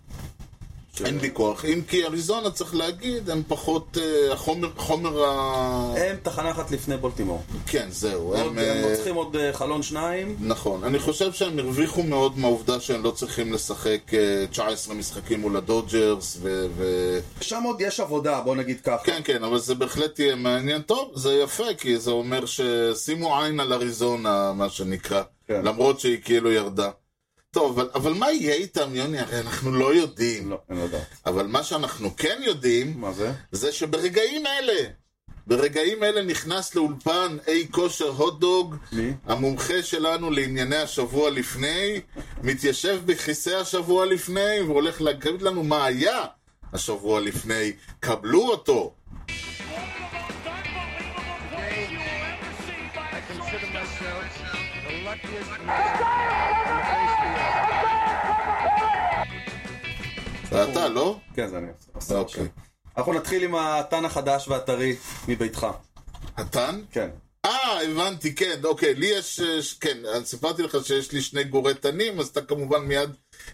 Speaker 1: ש-
Speaker 2: אין ויכוח. אם כי אריזונה, צריך להגיד, הם פחות... אה, החומר, חומר ה...
Speaker 1: הם תחנה אחת לפני בולטימור.
Speaker 2: כן, זהו.
Speaker 1: עוד-
Speaker 2: הם...
Speaker 1: הם
Speaker 2: אה,
Speaker 1: רוצחים עוד אה, חלון שניים.
Speaker 2: נכון. אני חושב שהם הרוויחו מאוד מהעובדה שהם לא צריכים לשחק אה, 19 משחקים מול הדודג'רס ו... ו...
Speaker 1: שם עוד יש עבודה, בוא נגיד ככה.
Speaker 2: כן, כן, אבל זה בהחלט יהיה מעניין. טוב, זה יפה, כי זה אומר ששימו עין על אריזונה, מה שנקרא.
Speaker 1: כן.
Speaker 2: למרות שהיא כאילו ירדה. טוב, אבל, אבל מה יהיה איתם, יוני? הרי אנחנו לא יודעים.
Speaker 1: לא, אני לא יודע.
Speaker 2: אבל מה שאנחנו כן יודעים,
Speaker 1: מה זה?
Speaker 2: זה שברגעים אלה, ברגעים אלה נכנס לאולפן אי כושר הוטדוג,
Speaker 1: מי?
Speaker 2: המומחה שלנו לענייני השבוע לפני, מתיישב בכיסא השבוע לפני, והולך להגיד לנו מה היה השבוע לפני. קבלו אותו.
Speaker 4: I consider myself the luckiest man.
Speaker 2: זה אתה, לא?
Speaker 1: כן, זה אני עושה.
Speaker 2: אוקיי.
Speaker 1: אנחנו נתחיל עם התן החדש והטרי מביתך.
Speaker 2: התן?
Speaker 1: כן.
Speaker 2: אה, הבנתי, כן, אוקיי, לי יש, אה, ש- כן, אז סיפרתי לך שיש לי שני גורי תנים, אז אתה כמובן מיד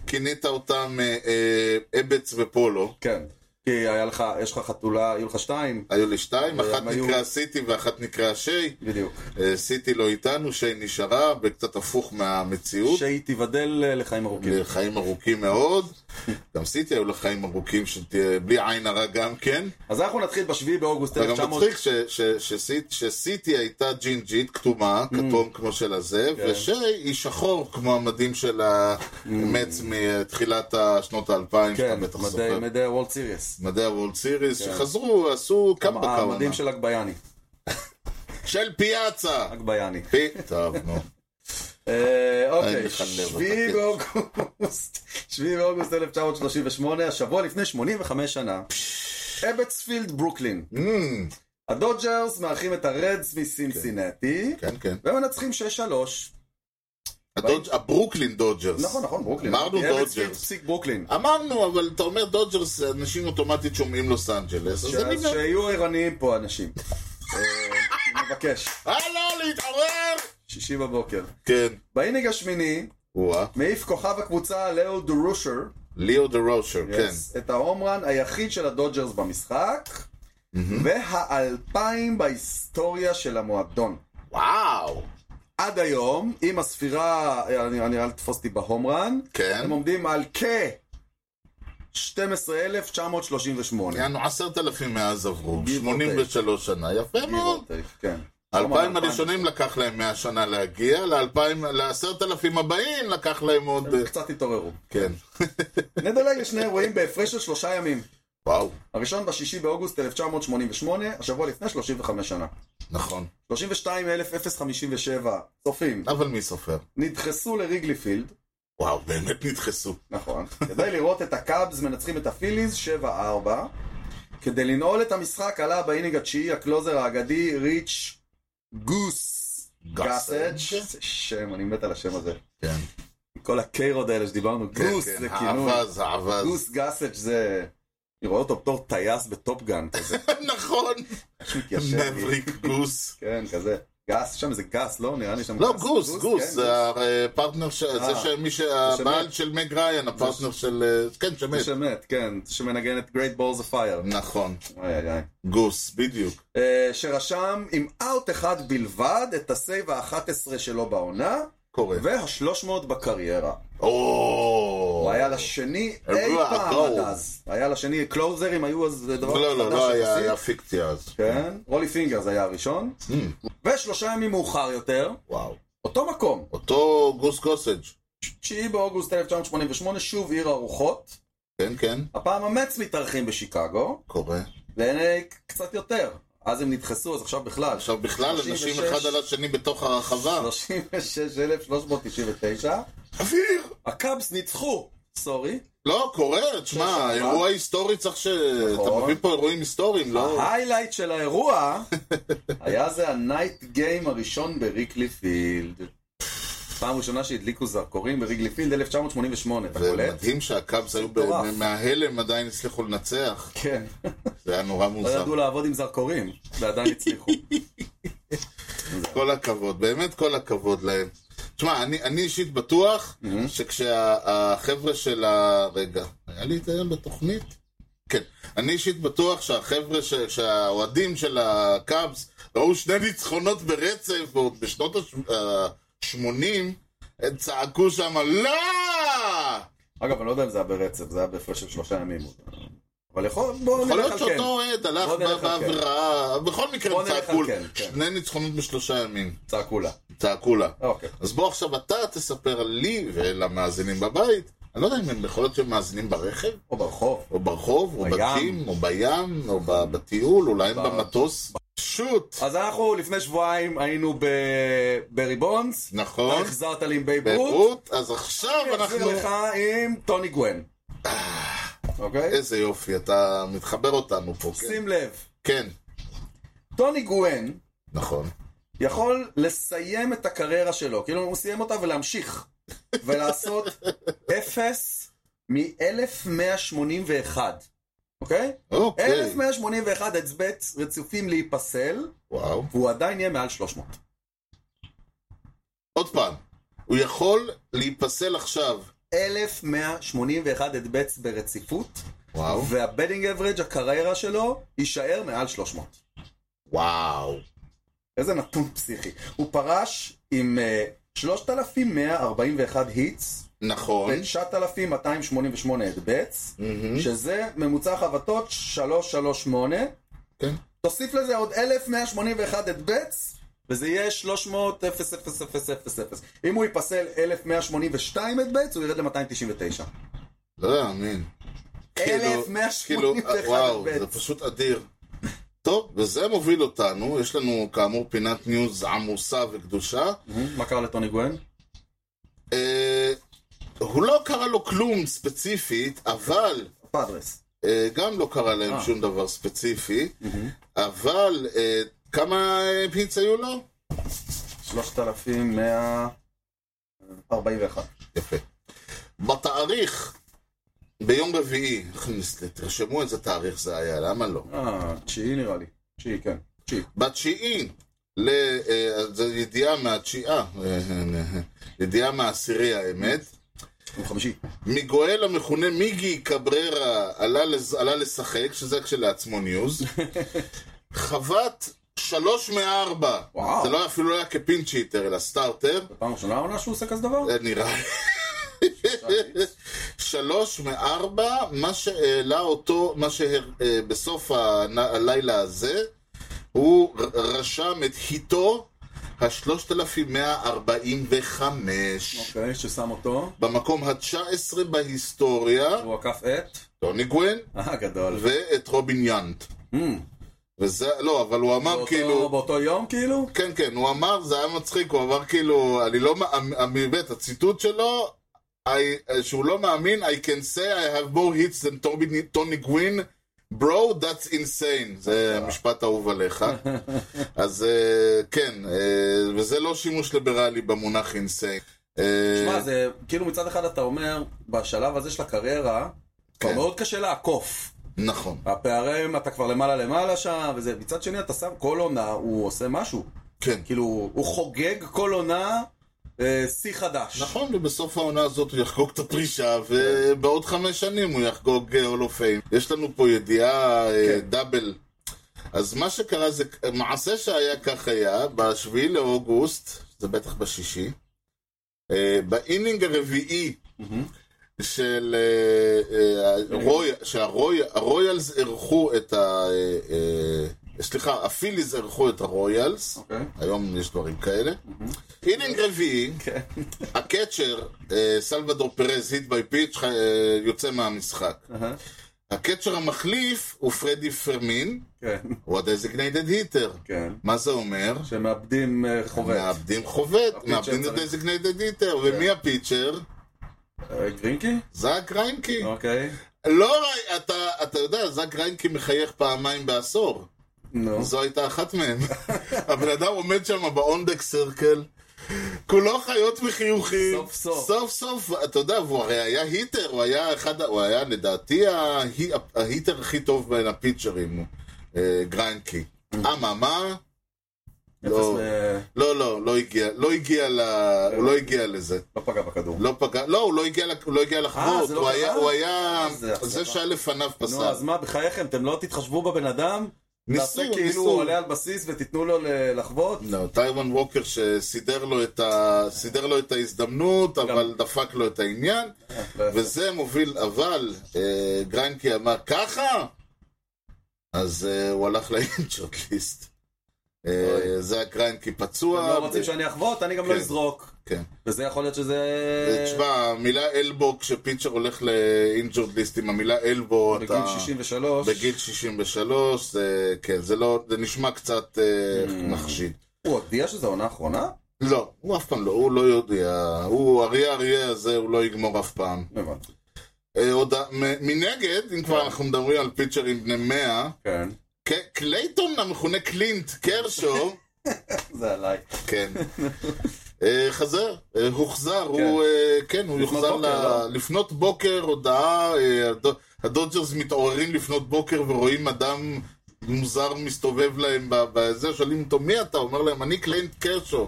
Speaker 2: כינית אותם אה, אה, אבץ ופולו.
Speaker 1: כן. כי היה לך, יש לך חתולה, היו לך שתיים.
Speaker 2: היו לי שתיים, אחת
Speaker 1: הם היו-
Speaker 2: נקראה סיטי ואחת נקראה שי.
Speaker 1: בדיוק.
Speaker 2: אה, סיטי לא איתנו, שי נשארה, וקצת הפוך מהמציאות.
Speaker 1: שהיא תיבדל אה, לחיים ארוכים.
Speaker 2: לחיים ארוכים מאוד. גם סיטי היו לחיים ארוכים, שתהיה- בלי עין הרע גם כן.
Speaker 1: אז אנחנו נתחיל בשביעי באוגוסט
Speaker 2: זה גם
Speaker 1: 1900.
Speaker 2: מצחיק ש- ש- שסיט- שסיטי הייתה ג'ינג'ית, כתומה, כתום כמו של הזה,
Speaker 1: Mm. כן.
Speaker 2: ושהיא שחור כמו המדים של המץ מתחילת שנות האלפיים, שאתה
Speaker 1: Mm. כן,
Speaker 2: בטח
Speaker 1: מדעי-
Speaker 2: זוכר.
Speaker 1: מדעי הוולד סיריס.
Speaker 2: מדעי הוולד סיריס,
Speaker 1: כן.
Speaker 2: שחזרו, עשו קמבק העונה.
Speaker 1: המדים של אגבייני.
Speaker 2: של פיאצה!
Speaker 1: אגבייני.
Speaker 2: פי- טוב, נו.
Speaker 1: אה,
Speaker 2: אני
Speaker 1: אוקיי,
Speaker 2: מחלב אותה,
Speaker 1: שביעי
Speaker 2: כן.
Speaker 1: באוגוסט, שביעי באוגוסט 1938, השבוע לפני 85 שנה, אבטספילד ברוקלין.
Speaker 2: אמ,
Speaker 1: הדודג'רס מארחים את הרדס מסינסינטי,
Speaker 2: כן, כן.
Speaker 1: ומנצחים 6-3.
Speaker 2: הדודג'- הברוקלין דודג'רס.
Speaker 1: נכון, נכון, ברוקלין.
Speaker 2: אמרנו
Speaker 1: כי אבטספילד
Speaker 2: דודג'רס.
Speaker 1: פסיק ברוקלין.
Speaker 2: אמרנו, אבל אתה אומר דודג'רס, אנשים אוטומטית שומעים לוס אנג'לס, אז אני
Speaker 1: אז
Speaker 2: גם...
Speaker 1: שיהיו ערניים פה אנשים. אה, אני מבקש,
Speaker 2: הלו, להתעורר!
Speaker 1: שישי בבוקר.
Speaker 2: כן.
Speaker 1: באינינג השמיני,
Speaker 2: וואה.
Speaker 1: מעיף כוכב הקבוצה לאו דרושר,
Speaker 2: ליאו דה רושר, כן.
Speaker 1: yes, את ההומרן היחיד של הדודג'רס במשחק, והאלפיים בהיסטוריה של המועדון.
Speaker 2: וואו!
Speaker 1: עד היום, עם הספירה, אני, אני אל תתפוס אותי בהומרן,
Speaker 2: כן.
Speaker 1: הם עומדים על כ... 12,938.
Speaker 2: יענו, עשרת אלפים מאז עברו,
Speaker 1: Give or
Speaker 2: 83 שנה, יפה מאוד.
Speaker 1: כן.
Speaker 2: האלפיים הראשונים לקח להם 100 שנה להגיע, לאלפיים- לעשרת אלפים הבאים לקח להם עוד... אה,
Speaker 1: קצת התעוררו.
Speaker 2: כן.
Speaker 1: נדלג לשני אירועים בהפרש של שלושה ימים.
Speaker 2: וואו,
Speaker 1: הראשון בשישי באוגוסט 1988, השבוע לפני 35 שנה.
Speaker 2: נכון.
Speaker 1: 32,057 צופים
Speaker 2: אבל מי סופר?
Speaker 1: נדחסו לריגלי פילד,
Speaker 2: וואו, באמת נדחסו.
Speaker 1: נכון, כדי לראות את הקאבס מנצחים את הפיליז 7-4, כדי לנעול את המשחק עלה באינינג התשיעי הקלוזר האגדי ריץ' גוס גאסג' איזה שם, אני מת על השם הזה.
Speaker 2: כן.
Speaker 1: כל הקיירוד האלה שדיברנו,
Speaker 2: כן,
Speaker 1: גוס
Speaker 2: כן,
Speaker 1: זה כינוי.
Speaker 2: האווז, האווז.
Speaker 1: גוס גאסג' זה... אני רואה אותו בתור טייס בטופגן כזה,
Speaker 2: נכון.
Speaker 1: איך מתיישב.
Speaker 2: מבריק גוס.
Speaker 1: כן, כזה. גס, שם איזה גס, לא? נראה לי שם
Speaker 2: לא,
Speaker 1: גס.
Speaker 2: גוס, גוס, אה,
Speaker 1: כן,
Speaker 2: זה הפרטנר של... זה
Speaker 1: אה.
Speaker 2: שמי ש...
Speaker 1: שמת.
Speaker 2: הבעל של מג ריין, הפרטנר של... אה, כן,
Speaker 1: זה
Speaker 2: שמת.
Speaker 1: שמת, כן, שמנגן את Great Balls of Fire.
Speaker 2: נכון.
Speaker 1: אוי אוי אוי.
Speaker 2: גוס, בדיוק.
Speaker 1: אה, שרשם עם אאוט אחד בלבד את הסייב ה-11 שלו בעונה,
Speaker 2: קורה.
Speaker 1: וה-300 בקריירה.
Speaker 2: או...
Speaker 1: הוא היה לשני אי
Speaker 2: אירוע
Speaker 1: פעם
Speaker 2: גול.
Speaker 1: עד אז. היה לשני, קלוזרים היו אז זה דבר
Speaker 2: לא, לא,
Speaker 1: חדש
Speaker 2: לא היה,
Speaker 1: יחסית.
Speaker 2: היה פיקציה אז. Mm,
Speaker 1: כן, רולי פינגרס היה הראשון. ושלושה ימים מאוחר יותר,
Speaker 2: וואו.
Speaker 1: אותו מקום,
Speaker 2: אותו גוס גוסג'.
Speaker 1: 9 באוגוסט 1988, שוב עיר הרוחות.
Speaker 2: כן, כן,
Speaker 1: הפעם המץ מתארחים בשיקגו,
Speaker 2: קורה.
Speaker 1: והנה קצת יותר. אז הם נדחסו, אז עכשיו בכלל.
Speaker 2: עכשיו בכלל, אנשים
Speaker 1: 36.
Speaker 2: אחד על השני בתוך הרחבה.
Speaker 1: 36,399.
Speaker 2: אוויר!
Speaker 1: הקאבס ניצחו, סורי.
Speaker 2: לא, קורה, תשמע,
Speaker 1: שש,
Speaker 2: אירוע
Speaker 1: מה?
Speaker 2: היסטורי צריך ש... אתה
Speaker 1: נכון.
Speaker 2: מביא פה אירועים היסטוריים, לא?
Speaker 1: ההיילייט של האירוע היה זה הנייט גיים הראשון בריקלי פילד. פעם ראשונה שהדליקו זרקורים בריקלי פילד 1988, אתה קולט?
Speaker 2: ומדהים שהקאבס היו ב-
Speaker 1: מטורף.
Speaker 2: מההלם עדיין הצליחו לנצח.
Speaker 1: כן.
Speaker 2: זה היה נורא
Speaker 1: לא
Speaker 2: מוזר.
Speaker 1: ידעו לעבוד עם זרקורים, ועדיין הצליחו.
Speaker 2: כל הכבוד, באמת כל הכבוד להם. תשמע, אני, אני אישית בטוח שכשהחבר'ה של ה... רגע, היה לי את זה בתוכנית? כן. אני אישית בטוח שהחבר'ה, ש... שהאוהדים של הקאבס ראו שני ניצחונות ברצף, ועוד בשנות ה-80 הם צעקו שם, לא!
Speaker 1: אגב, אני לא יודע אם זה היה ברצף, זה היה בהפרש של שלושה ימים. אבל יכול, בואו
Speaker 2: יכול
Speaker 1: נלך
Speaker 2: להיות
Speaker 1: על כן.
Speaker 2: שאותו אוהד הלך
Speaker 1: בוא נלך על כן.
Speaker 2: בעבירה, בכל מקרה
Speaker 1: בוא
Speaker 2: הם
Speaker 1: נלך על
Speaker 2: צעקו,
Speaker 1: כן, כן.
Speaker 2: שני ניצחונות בשלושה ימים,
Speaker 1: צעקו לה.
Speaker 2: צעקו לה.
Speaker 1: אוקיי.
Speaker 2: אז בוא עכשיו אתה תספר לי ולמאזינים בבית, אני לא יודע אם הם יכול להיות שהם מאזינים ברכב,
Speaker 1: או ברחוב.
Speaker 2: או ברחוב, או
Speaker 1: בים.
Speaker 2: בתים, או בים, או ב- בטיול, אולי הם
Speaker 1: ב-
Speaker 2: במטוס. שוט!
Speaker 1: אז אנחנו לפני שבועיים היינו ב- בריבונס. אתה
Speaker 2: נכון,
Speaker 1: החזרת לי עם בייברות.
Speaker 2: בברות, אז עכשיו
Speaker 1: אני אחזיר
Speaker 2: אנחנו...
Speaker 1: לך עם טוני גוון. אוקיי?
Speaker 2: איזה יופי, אתה מתחבר אותנו פה, כן.
Speaker 1: שים לב,
Speaker 2: כן,
Speaker 1: טוני גוון
Speaker 2: נכון.
Speaker 1: יכול לסיים את הקריירה שלו, כאילו הוא סיים אותה ולהמשיך, ולעשות אפס מ-1181, אוקיי?
Speaker 2: אוקיי,
Speaker 1: 1181 הצבט רצופים להיפסל,
Speaker 2: וואו.
Speaker 1: והוא עדיין יהיה מעל 300.
Speaker 2: עוד פעם, הוא יכול להיפסל עכשיו.
Speaker 1: 1181 הדבטס ברציפות,
Speaker 2: וואו.
Speaker 1: והבדינג אברג' הקריירה שלו יישאר מעל 300.
Speaker 2: וואו.
Speaker 1: איזה נתון פסיכי. הוא פרש עם אה, 3,141 היטס
Speaker 2: נכון.
Speaker 1: ו-9,288 הדבטס,
Speaker 2: מהמם.
Speaker 1: שזה ממוצע חבטות 338.
Speaker 2: כן.
Speaker 1: תוסיף לזה עוד 1,181 הדבטס, וזה יהיה 300 000 אם הוא ייפסל 1,182 הדבטס, הוא ירד ל-299.
Speaker 2: לא להאמין. כאילו-
Speaker 1: 1,181
Speaker 2: כאילו, וואו, זה
Speaker 1: הדבטס.
Speaker 2: פשוט אדיר. טוב, וזה מוביל אותנו, יש לנו כאמור פינת ניוז עמוסה וקדושה.
Speaker 1: מה קרה לטוני גוהן?
Speaker 2: אה, הוא לא קרא לו כלום ספציפית, אבל
Speaker 1: פאדרס.
Speaker 2: אה, גם לא קרה להם
Speaker 1: אה.
Speaker 2: שום דבר ספציפי, אבל אה, כמה אה, פיץ היו לו?
Speaker 1: 3,141.
Speaker 2: יפה. בתאריך, ביום רביעי, נכניס לי, תרשמו איזה תאריך זה היה, למה לא?
Speaker 1: אה, תשיעי נראה לי. תשיעי, כן. תשיעי.
Speaker 2: בתשיעי, ל- אה, זו ידיעה מהתשיעה, אה, אה, ידיעה מהעשירי האמת,
Speaker 1: יום חמישי.
Speaker 2: מיגואל המכונה מיגי קבררה עלה, לז- עלה לשחק, שזה כשלעצמו ניוז, חוות שלוש מארבע,
Speaker 1: וואו.
Speaker 2: זה לא אפילו לא היה כפין צ'יטר, אלא סטארטר,
Speaker 1: פעם ראשונה העונה שהוא עושה כזה דבר?
Speaker 2: זה נראה לי. שלוש מארבע, מה שהעלה אותו, מה שבסוף הלילה הזה, הוא ר- רשם את היטו ה-3145.
Speaker 1: אוקיי, ששם אותו.
Speaker 2: במקום ה-19 בהיסטוריה,
Speaker 1: הוא עקף את...
Speaker 2: טוני גווין
Speaker 1: אה, גדול.
Speaker 2: ואת רובין יאנט.
Speaker 1: אמ,
Speaker 2: וזה, לא, אבל הוא אמר
Speaker 1: באותו-
Speaker 2: כאילו...
Speaker 1: באותו יום כאילו?
Speaker 2: כן, כן, הוא אמר, זה היה מצחיק, הוא אמר כאילו, אני לא מאמין, באמת, הציטוט שלו, I, שהוא לא מאמין, I can say I have more hits than Tony- Tony Gwynn, bro, that's insane. זה המשפט האהוב עליך. אז אה, כן, אה, וזה לא שימוש ליברלי במונח insane. אה,
Speaker 1: שמע, זה כאילו מצד אחד אתה אומר, בשלב הזה של הקריירה, כבר
Speaker 2: כן.
Speaker 1: מאוד קשה לעקוף.
Speaker 2: נכון.
Speaker 1: הפערים, אתה כבר למעלה למעלה שם, וזה. מצד שני, אתה שם כל עונה, הוא עושה משהו.
Speaker 2: כן.
Speaker 1: כאילו, הוא חוגג כל עונה אה, שיא חדש.
Speaker 2: נכון, ובסוף העונה הזאת הוא יחגוג את הפרישה, ובעוד חמש שנים הוא יחגוג אה, הול אוף פיים. יש לנו פה ידיעה
Speaker 1: כן.
Speaker 2: אה, דאבל. אז מה שקרה זה, מעשה שהיה כך היה, בשביעי לאוגוסט, זה בטח בשישי, אה, באינינג הרביעי
Speaker 1: מהמם.
Speaker 2: של אה, אה, הרוי- שהרוי- הרויאלס אירחו את ה... אה, אה, סליחה, הפיליז אירחו את הרויאלס,
Speaker 1: אוקיי.
Speaker 2: היום יש דברים כאלה. אינינג רביעי,
Speaker 1: Mm-hmm. כן.
Speaker 2: הקצ'ר, אה, סלבדור פרז, היט ביי פיץ', ח- אה, יוצא מהמשחק.
Speaker 1: אהה.
Speaker 2: הקצ'ר המחליף הוא פרדי פרמין,
Speaker 1: כן,
Speaker 2: הוא ה-designated hitter.
Speaker 1: כן.
Speaker 2: מה זה אומר?
Speaker 1: שמאבדים אה, חובץ.
Speaker 2: מאבדים חובט,
Speaker 1: הפיצ'ר
Speaker 2: מאבדים את
Speaker 1: צריך. כן.
Speaker 2: ה-designated hitter. ומי הפיצ'ר?
Speaker 1: אה, גרינקי?
Speaker 2: זאק ריינקי.
Speaker 1: אוקיי.
Speaker 2: לא, רי- אתה- אתה יודע, זאק ריינקי מחייך פעמיים בעשור.
Speaker 1: נו.
Speaker 2: זו הייתה אחת מהן. הבן אדם עומד שם באונדק סרקל, כולו חיות מחיוכים.
Speaker 1: סוף סוף.
Speaker 2: סוף סוף, אתה יודע, והוא הרי היה היטר, הוא היה אחד, ה- הוא היה לדעתי ההי- ההיטר הכי טוב בין הפיצ'רים, אה, גריינקי. אממה, לא.
Speaker 1: אפס אה, ל-
Speaker 2: לא, לא, לא הגיע, לא הגיע ל... הוא לא הגיע לזה.
Speaker 1: לא פגע בכדור.
Speaker 2: לא פגע, לא, הוא לא הגיע, לק- הוא לא הגיע לחוות,
Speaker 1: זה לא
Speaker 2: הוא היה,
Speaker 1: קרה?
Speaker 2: הוא היה,
Speaker 1: אה, זה
Speaker 2: זה
Speaker 1: אכזבה.
Speaker 2: שהיה לפניו
Speaker 1: נו,
Speaker 2: פסל.
Speaker 1: אז מה, בחייכם, אתם לא תתחשבו בבן אדם?
Speaker 2: לא ניסו,
Speaker 1: תעשה כאילו
Speaker 2: ניסו.
Speaker 1: הוא עולה על בסיס ותיתנו לו ל- לחבוט?
Speaker 2: לא, טיירון ווקר שסידר לו את, ה... סידר לו את ההזדמנות, אבל דפק לו את העניין,
Speaker 1: אה,
Speaker 2: וזה מוביל, אבל אה, גריינקי אמר ככה, אז אה, הוא הלך לאינצ'רט ליסט. אה,
Speaker 1: אוי.
Speaker 2: זה הגריינקי
Speaker 1: אתם
Speaker 2: פצוע.
Speaker 1: לא רוצים שאני אחבוט, אני גם לא
Speaker 2: אה, כן.
Speaker 1: אזרוק.
Speaker 2: כן.
Speaker 1: וזה יכול להיות שזה...
Speaker 2: אה, תשמע, המילה אלבו, כשפיצ'ר הולך לאינג'רד ליסט עם המילה אלבו, אתה...
Speaker 1: בגיל 63.
Speaker 2: בגיל 63, זה, כן, זה לא, זה נשמע קצת אה,
Speaker 1: Hmm.
Speaker 2: מחשיד.
Speaker 1: הוא הודיע שזו העונה האחרונה?
Speaker 2: לא, הוא אף פעם לא, הוא לא יודע. הוא אריה אריה הזה, הוא לא יגמור אף פעם.
Speaker 1: הבנתי.
Speaker 2: אה, עוד, ה- מ- מנגד, אם כבר אנחנו מדברים על פיצ'רים בני 100,
Speaker 1: כן.
Speaker 2: ק- קלייטון המכונה קלינט קרשו,
Speaker 1: זה עליי.
Speaker 2: כן, אה, חזר, אה, הוחזר, הוא, אה, כן, הוא
Speaker 1: לפנות
Speaker 2: יוחזר
Speaker 1: בוקר,
Speaker 2: ל-
Speaker 1: לא?
Speaker 2: לפנות בוקר, הודעה, אה, הדו- הדודג'רס מתעוררים לפנות בוקר ורואים אדם מוזר מסתובב להם ב- בזה, שואלים אותו מי אתה? הוא אומר להם, אני קלינט קרשו.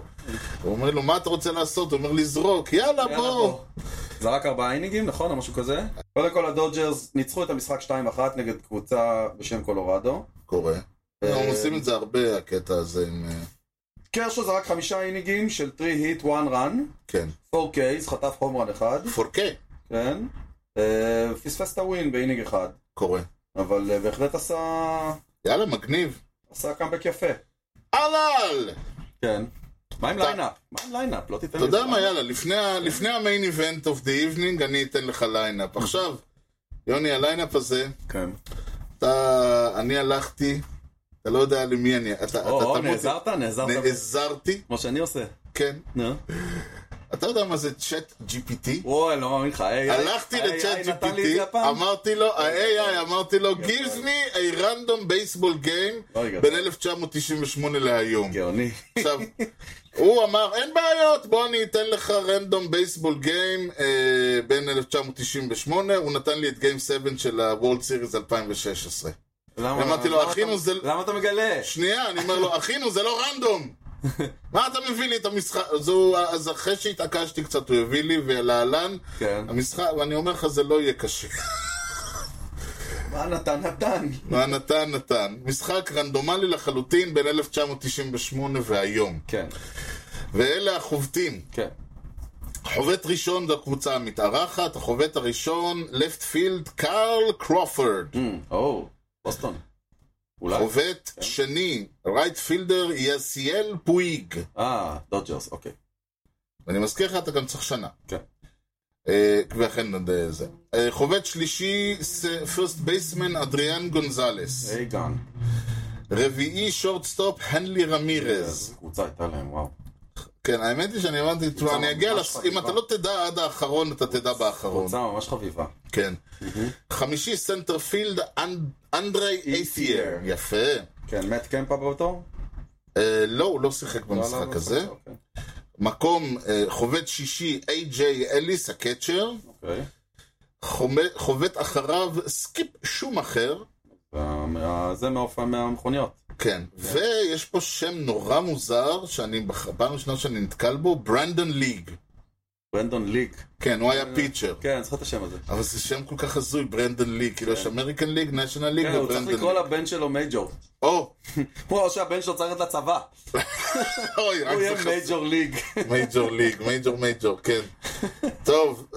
Speaker 2: הוא אומר לו, מה אתה רוצה לעשות? הוא אומר, לזרוק, יאללה
Speaker 1: יאללה,
Speaker 2: אה, בוא.
Speaker 1: בוא. זרק ארבעה אינינגים, נכון? או משהו כזה? קודם כל הדודג'רס ניצחו את המשחק 2-1 נגד קבוצה בשם קולורדו.
Speaker 2: קורה. הם
Speaker 1: אה,
Speaker 2: עושים את זה הרבה, הקטע הזה עם... אה,
Speaker 1: קרשו זרק חמישה אינינגים של 3 היט 1 run,
Speaker 2: כן.
Speaker 1: 4 קייס, חטף הום רן אחד,
Speaker 2: 4K
Speaker 1: כן. אה, פספס את הווין באינינג אחד,
Speaker 2: קורה.
Speaker 1: אבל אה, בהחלט עשה
Speaker 2: יאללה, מגניב.
Speaker 1: עשה קאמבק יפה.
Speaker 2: אהלן!
Speaker 1: כן. מה עם
Speaker 2: אתה-
Speaker 1: ליינאפ? מה עם ליינאפ? לא תיתן
Speaker 2: אתה
Speaker 1: לי...
Speaker 2: יודע מה, יאללה, לפני ה- לפני המיין איבנט אוף דה איבנינג, אני אתן לך ליינאפ. עכשיו, יוני, הליינאפ הזה,
Speaker 1: כן.
Speaker 2: אתה... אני הלכתי, אתה לא יודע למי אני... אתה- אתה
Speaker 1: או, או,
Speaker 2: תמות-
Speaker 1: נעזרת? נעזרת?
Speaker 2: נעזרתי,
Speaker 1: כמו שאני עושה.
Speaker 2: כן.
Speaker 1: נו.
Speaker 2: אתה יודע מה זה צ'אט GPT?
Speaker 1: וואי, לא מאמין לך. היי, היי,
Speaker 2: הלכתי
Speaker 1: היי,
Speaker 2: לצ'אט
Speaker 1: היי, נתן לי את זה
Speaker 2: GPT,
Speaker 1: הפעם?
Speaker 2: אמרתי לו, ה-AI, אמרתי לו, gives me a random baseball game
Speaker 1: אוי, גדול.
Speaker 2: בין 1998 להיום.
Speaker 1: גאוני.
Speaker 2: עכשיו, הוא אמר, אין בעיות, בוא אני אתן לך רנדום בייסבול גיים אה, בין 1998, הוא נתן לי את גיים 7 של ה-World Series 2016.
Speaker 1: למה?
Speaker 2: אמרתי לו,
Speaker 1: למה
Speaker 2: אחינו,
Speaker 1: אתה-
Speaker 2: זה-
Speaker 1: למה אתה מגלה?
Speaker 2: שנייה, אני אומר לו, אחינו, זה לא רנדום! מה אתה מביא לי את המשחק? אז, הוא, אז אחרי שהתעקשתי קצת, הוא הביא לי, ולהלן,
Speaker 1: כן.
Speaker 2: המשחק, ואני אומר לך, זה לא יהיה קשה.
Speaker 1: מה נתן? נתן.
Speaker 2: מה נתן, נתן. משחק רנדומלי לחלוטין בין 1998 והיום.
Speaker 1: כן,
Speaker 2: ואלה החובטים.
Speaker 1: כן.
Speaker 2: חובט ראשון זו הקבוצה המתארחת, החובט הראשון, לפט פילד, קארל קרופורד.
Speaker 1: Mm, או, בוסטון. אולי?
Speaker 2: חובט שני, רייט פילדר, יסיאל פויג.
Speaker 1: אה, דודג'רס, אוקיי.
Speaker 2: ואני מזכיר לך, אתה גם צריך שנה.
Speaker 1: כן.
Speaker 2: אה, ואכן עוד, אה, זה. אה, חובט שלישי, פירסט בייסמן, אדריאן גונזלס.
Speaker 1: היי גן.
Speaker 2: רביעי, שורטסטופ, הנלי רמירז.
Speaker 1: איזה קבוצה הייתה להם, וואו.
Speaker 2: כן, האמת היא שאני אמרתי, תשמע,
Speaker 1: קבוצה
Speaker 2: אני אגיע,
Speaker 1: ממש
Speaker 2: לס- אם
Speaker 1: חביבה.
Speaker 2: אתה לא תדע עד האחרון, אתה תדע באחרון.
Speaker 1: קבוצה ממש חביבה.
Speaker 2: כן. חמישי סנטרפילד אנ- אנדרי אייסייר.
Speaker 1: אייסייר.
Speaker 2: יפה.
Speaker 1: כן, מת קמפה באותו?
Speaker 2: אה, לא, הוא לא שיחק
Speaker 1: לא, לא,
Speaker 2: במשחק
Speaker 1: לא,
Speaker 2: הזה.
Speaker 1: אוקיי.
Speaker 2: מקום אה, חובט שישי, איי-ג'יי אליס, הקצ'ר.
Speaker 1: אוקיי.
Speaker 2: חומ- חובט אחריו, סקיפ שום אחר.
Speaker 1: וה- מה- זה מהאופ- אה, מהמכוניות.
Speaker 2: כן. ויש פה שם נורא מוזר, שאני, בח- פעם ראשונה שאני נתקל בו, ברנדון ליג.
Speaker 1: ברנדון ליק.
Speaker 2: כן, הוא היה פיצ'ר.
Speaker 1: כן, אני זוכר את השם הזה.
Speaker 2: אבל זה שם כל כך הזוי, ברנדון ליג. כאילו, יש אמריקן ליג, נשיונל ליג
Speaker 1: כן, הוא צריך
Speaker 2: וברנדון
Speaker 1: לקרוא
Speaker 2: ליג.
Speaker 1: לבן שלו מייג'ור.
Speaker 2: או,
Speaker 1: הוא או שהבן שלו צריך ללכת לצבא.
Speaker 2: אוי, רק
Speaker 1: הוא יהיה
Speaker 2: זה חסר.
Speaker 1: מייג'ור ליג.
Speaker 2: מייג'ור ליג, מייג'ור מייג'ור, כן. טוב,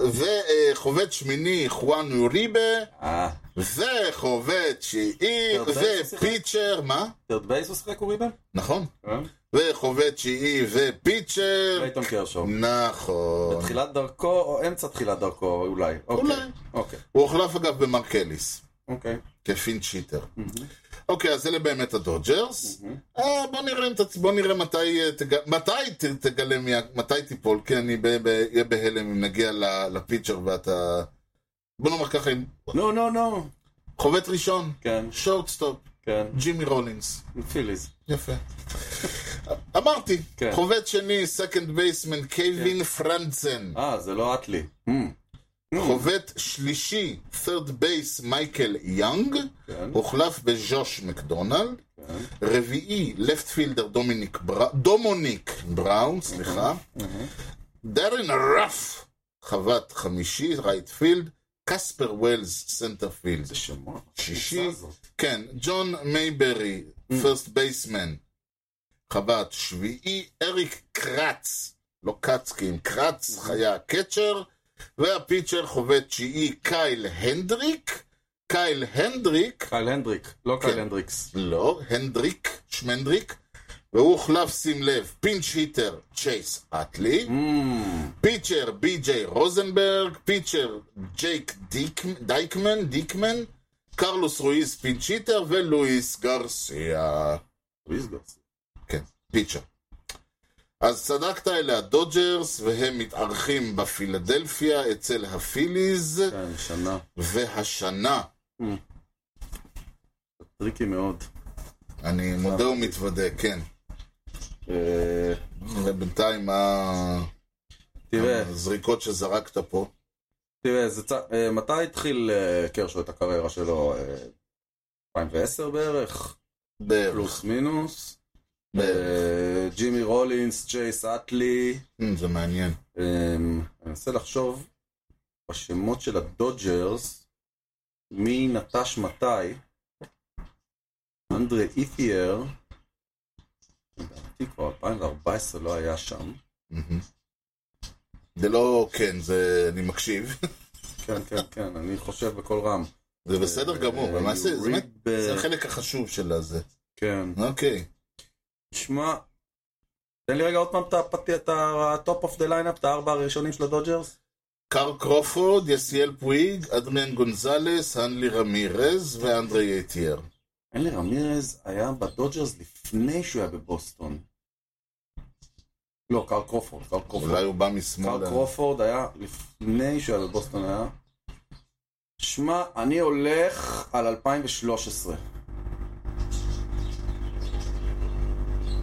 Speaker 2: וחובד שמיני, חואן אוריבה,
Speaker 1: אה,
Speaker 2: וחובד תשיעי,
Speaker 1: אתה יודע איך הוא שיחק?
Speaker 2: ופיצ'ר, מה?
Speaker 1: טרד בייס הוא שיחק אוריבן?
Speaker 2: נכון.
Speaker 1: כן.
Speaker 2: וחובד תשיעי ופיצ'ר,
Speaker 1: פייתון קרשו.
Speaker 2: נכון.
Speaker 1: תחילת דרכו, או אמצע תחילת דרכו אולי.
Speaker 2: אולי.
Speaker 1: אוקיי. אוקיי.
Speaker 2: הוא הוחלף אגב במרקליס,
Speaker 1: אוקיי.
Speaker 2: כפין צ'יטר. אוקיי, אז אלה באמת הדודג'רס. אה, בוא נראה אם תצ- בוא נראה מתי אה, תג- מתי ת- תגלה, מי ה- מתי תיפול, כי אני ב- ב- אהיה בהלם אם נגיע ל- לפיצ'ר ואתה... בוא נאמר ככה, אם
Speaker 1: נו, נו, נו.
Speaker 2: חובט ראשון,
Speaker 1: כן,
Speaker 2: שורטסטופ,
Speaker 1: כן.
Speaker 2: ג'ימי רולינס.
Speaker 1: פיליז.
Speaker 2: יפה. אמרתי,
Speaker 1: כן.
Speaker 2: חובט שני, סקנד בייסמן, קייבין פרנצן.
Speaker 1: אה, זה לא אטלי. Hmm.
Speaker 2: חובט שלישי, third base, מייקל יאנג,
Speaker 1: כן.
Speaker 2: הוחלף בז'וש מקדונלד.
Speaker 1: כן.
Speaker 2: רביעי, לפט פילדר דומיניק ברא- דומוניק בראון, סליחה.
Speaker 1: אה.
Speaker 2: דרן רף, חבט חמישי, רייט פילד. קספר ווילס, סנטר פילד.
Speaker 1: זה שמות.
Speaker 2: שישי.
Speaker 1: הקבוצה הזאת. Mm.
Speaker 2: כן, ג'ון מייברי, פרסט בייסמן, חב"ד שביעי, אריק קרץ, לא קצקין, קרץ
Speaker 1: Mm-hmm.
Speaker 2: היה הקצ'ר, והפיצ'ר חובד תשיעי, קייל הנדריק, קייל הנדריק,
Speaker 1: קייל הנדריק, לא קייל
Speaker 2: כן.
Speaker 1: הנדריקס.
Speaker 2: לא, הנדריק, שמנדריק, והוא הוחלף, שים לב, פינץ' היטר, צ'ייס אטלי,
Speaker 1: Hmm.
Speaker 2: פיצ'ר בי.ג'יי רוזנברג, פיצ'ר ג'ייק דיק- דייקמן, דיקמן, קרלוס רואיז פינצ'יטר ולואיס גרסיה.
Speaker 1: ויסגוס.
Speaker 2: כן, פיצ'ר. אז צדקת, אלה הדודג'רס, והם מתארחים בפילדלפיה אצל הפיליז,
Speaker 1: כן, שנה.
Speaker 2: והשנה,
Speaker 1: טריקי מאוד.
Speaker 2: אני מודה ומתוודה, כן.
Speaker 1: אה,
Speaker 2: ובינתיים ה-
Speaker 1: תראה,
Speaker 2: הזריקות שזרקת פה.
Speaker 1: תראה, זה צ... אה, מתי התחיל אה, קרשו את הקריירה שלו? אה, 2010 בערך?
Speaker 2: בערך,
Speaker 1: פלוס מינוס.
Speaker 2: בערך.
Speaker 1: אה, ג'ימי רולינס, ג'ייס אטלי.
Speaker 2: אה, זה מעניין.
Speaker 1: אמ, אני מנסה לחשוב בשמות של הדודג'רס, מי נטש מתי. אנדרי אית'יאר, לדעתי כבר 2014 לא היה שם.
Speaker 2: מהמם. זה לא כן, זה... אני מקשיב.
Speaker 1: כן, כן, כן, אני חושב בקול רם.
Speaker 2: זה בסדר גמור,
Speaker 1: אה,
Speaker 2: למעשה זה באמת-
Speaker 1: ריב, אה,
Speaker 2: זה החלק החשוב של הזה.
Speaker 1: כן.
Speaker 2: אוקיי.
Speaker 1: שמע, תן לי רגע עוד פעם את הפתי- את הטופ אוף דה ליינאפ, את הארבע הראשונים של הדודג'רס.
Speaker 2: קאר קרופורד, יסיאל פואיג, אדריאן גונזלס, הנלי רמירז ואנדרי אייטייר.
Speaker 1: אלי רמירז היה בדודג'רס לפני שהוא היה בבוסטון. לא, קאר קרופורד, קאר קרופורד.
Speaker 2: אולי הוא בא משמאל.
Speaker 1: קאר קרופורד היה לפני שהוא היה בבוסטון היה. שמע, אני הולך על 2013.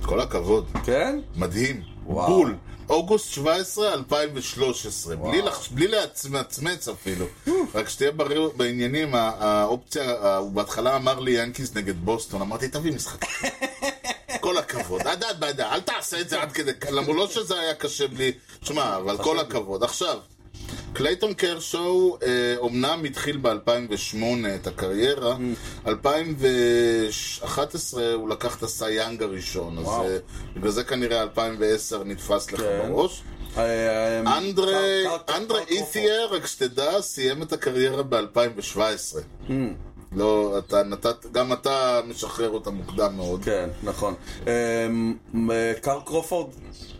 Speaker 2: כל הכבוד.
Speaker 1: כן?
Speaker 2: מדהים.
Speaker 1: וואו.
Speaker 2: בול. אוגוסט 17, 2013.
Speaker 1: וואו.
Speaker 2: בלי, לח... בלי להצמצמץ אפילו. רק שתהיה בריא בעניינים, ה- האופציה, ה- הוא בהתחלה אמר לי ינקיס נגד בוסטון, אמרתי, תביא משחק. כל הכבוד. עד עד עד, אל תעשה את זה עד כדי כך. למרות לא שזה היה קשה בלי... שמע, אבל כל הכבוד. עכשיו, קלייטון קרשו אה, אומנם התחיל ב-2008 את הקריירה,
Speaker 1: Mm.
Speaker 2: 2011 הוא לקח את הסייאנג הראשון, אז
Speaker 1: וואו.
Speaker 2: אה, בגלל זה כנראה 2010 נתפס לך
Speaker 1: כן.
Speaker 2: בראש.
Speaker 1: אה, אה,
Speaker 2: אנדרי
Speaker 1: קאר- קאר-
Speaker 2: אנדרי
Speaker 1: קאר קרופורד.
Speaker 2: אית'יאר, רק שתדע, סיים את הקריירה ב-2017.
Speaker 1: Mm.
Speaker 2: לא, אתה נתת, גם אתה משחרר אותה מוקדם מאוד.
Speaker 1: כן, נכון. אמ, אה, קאר קרופורד,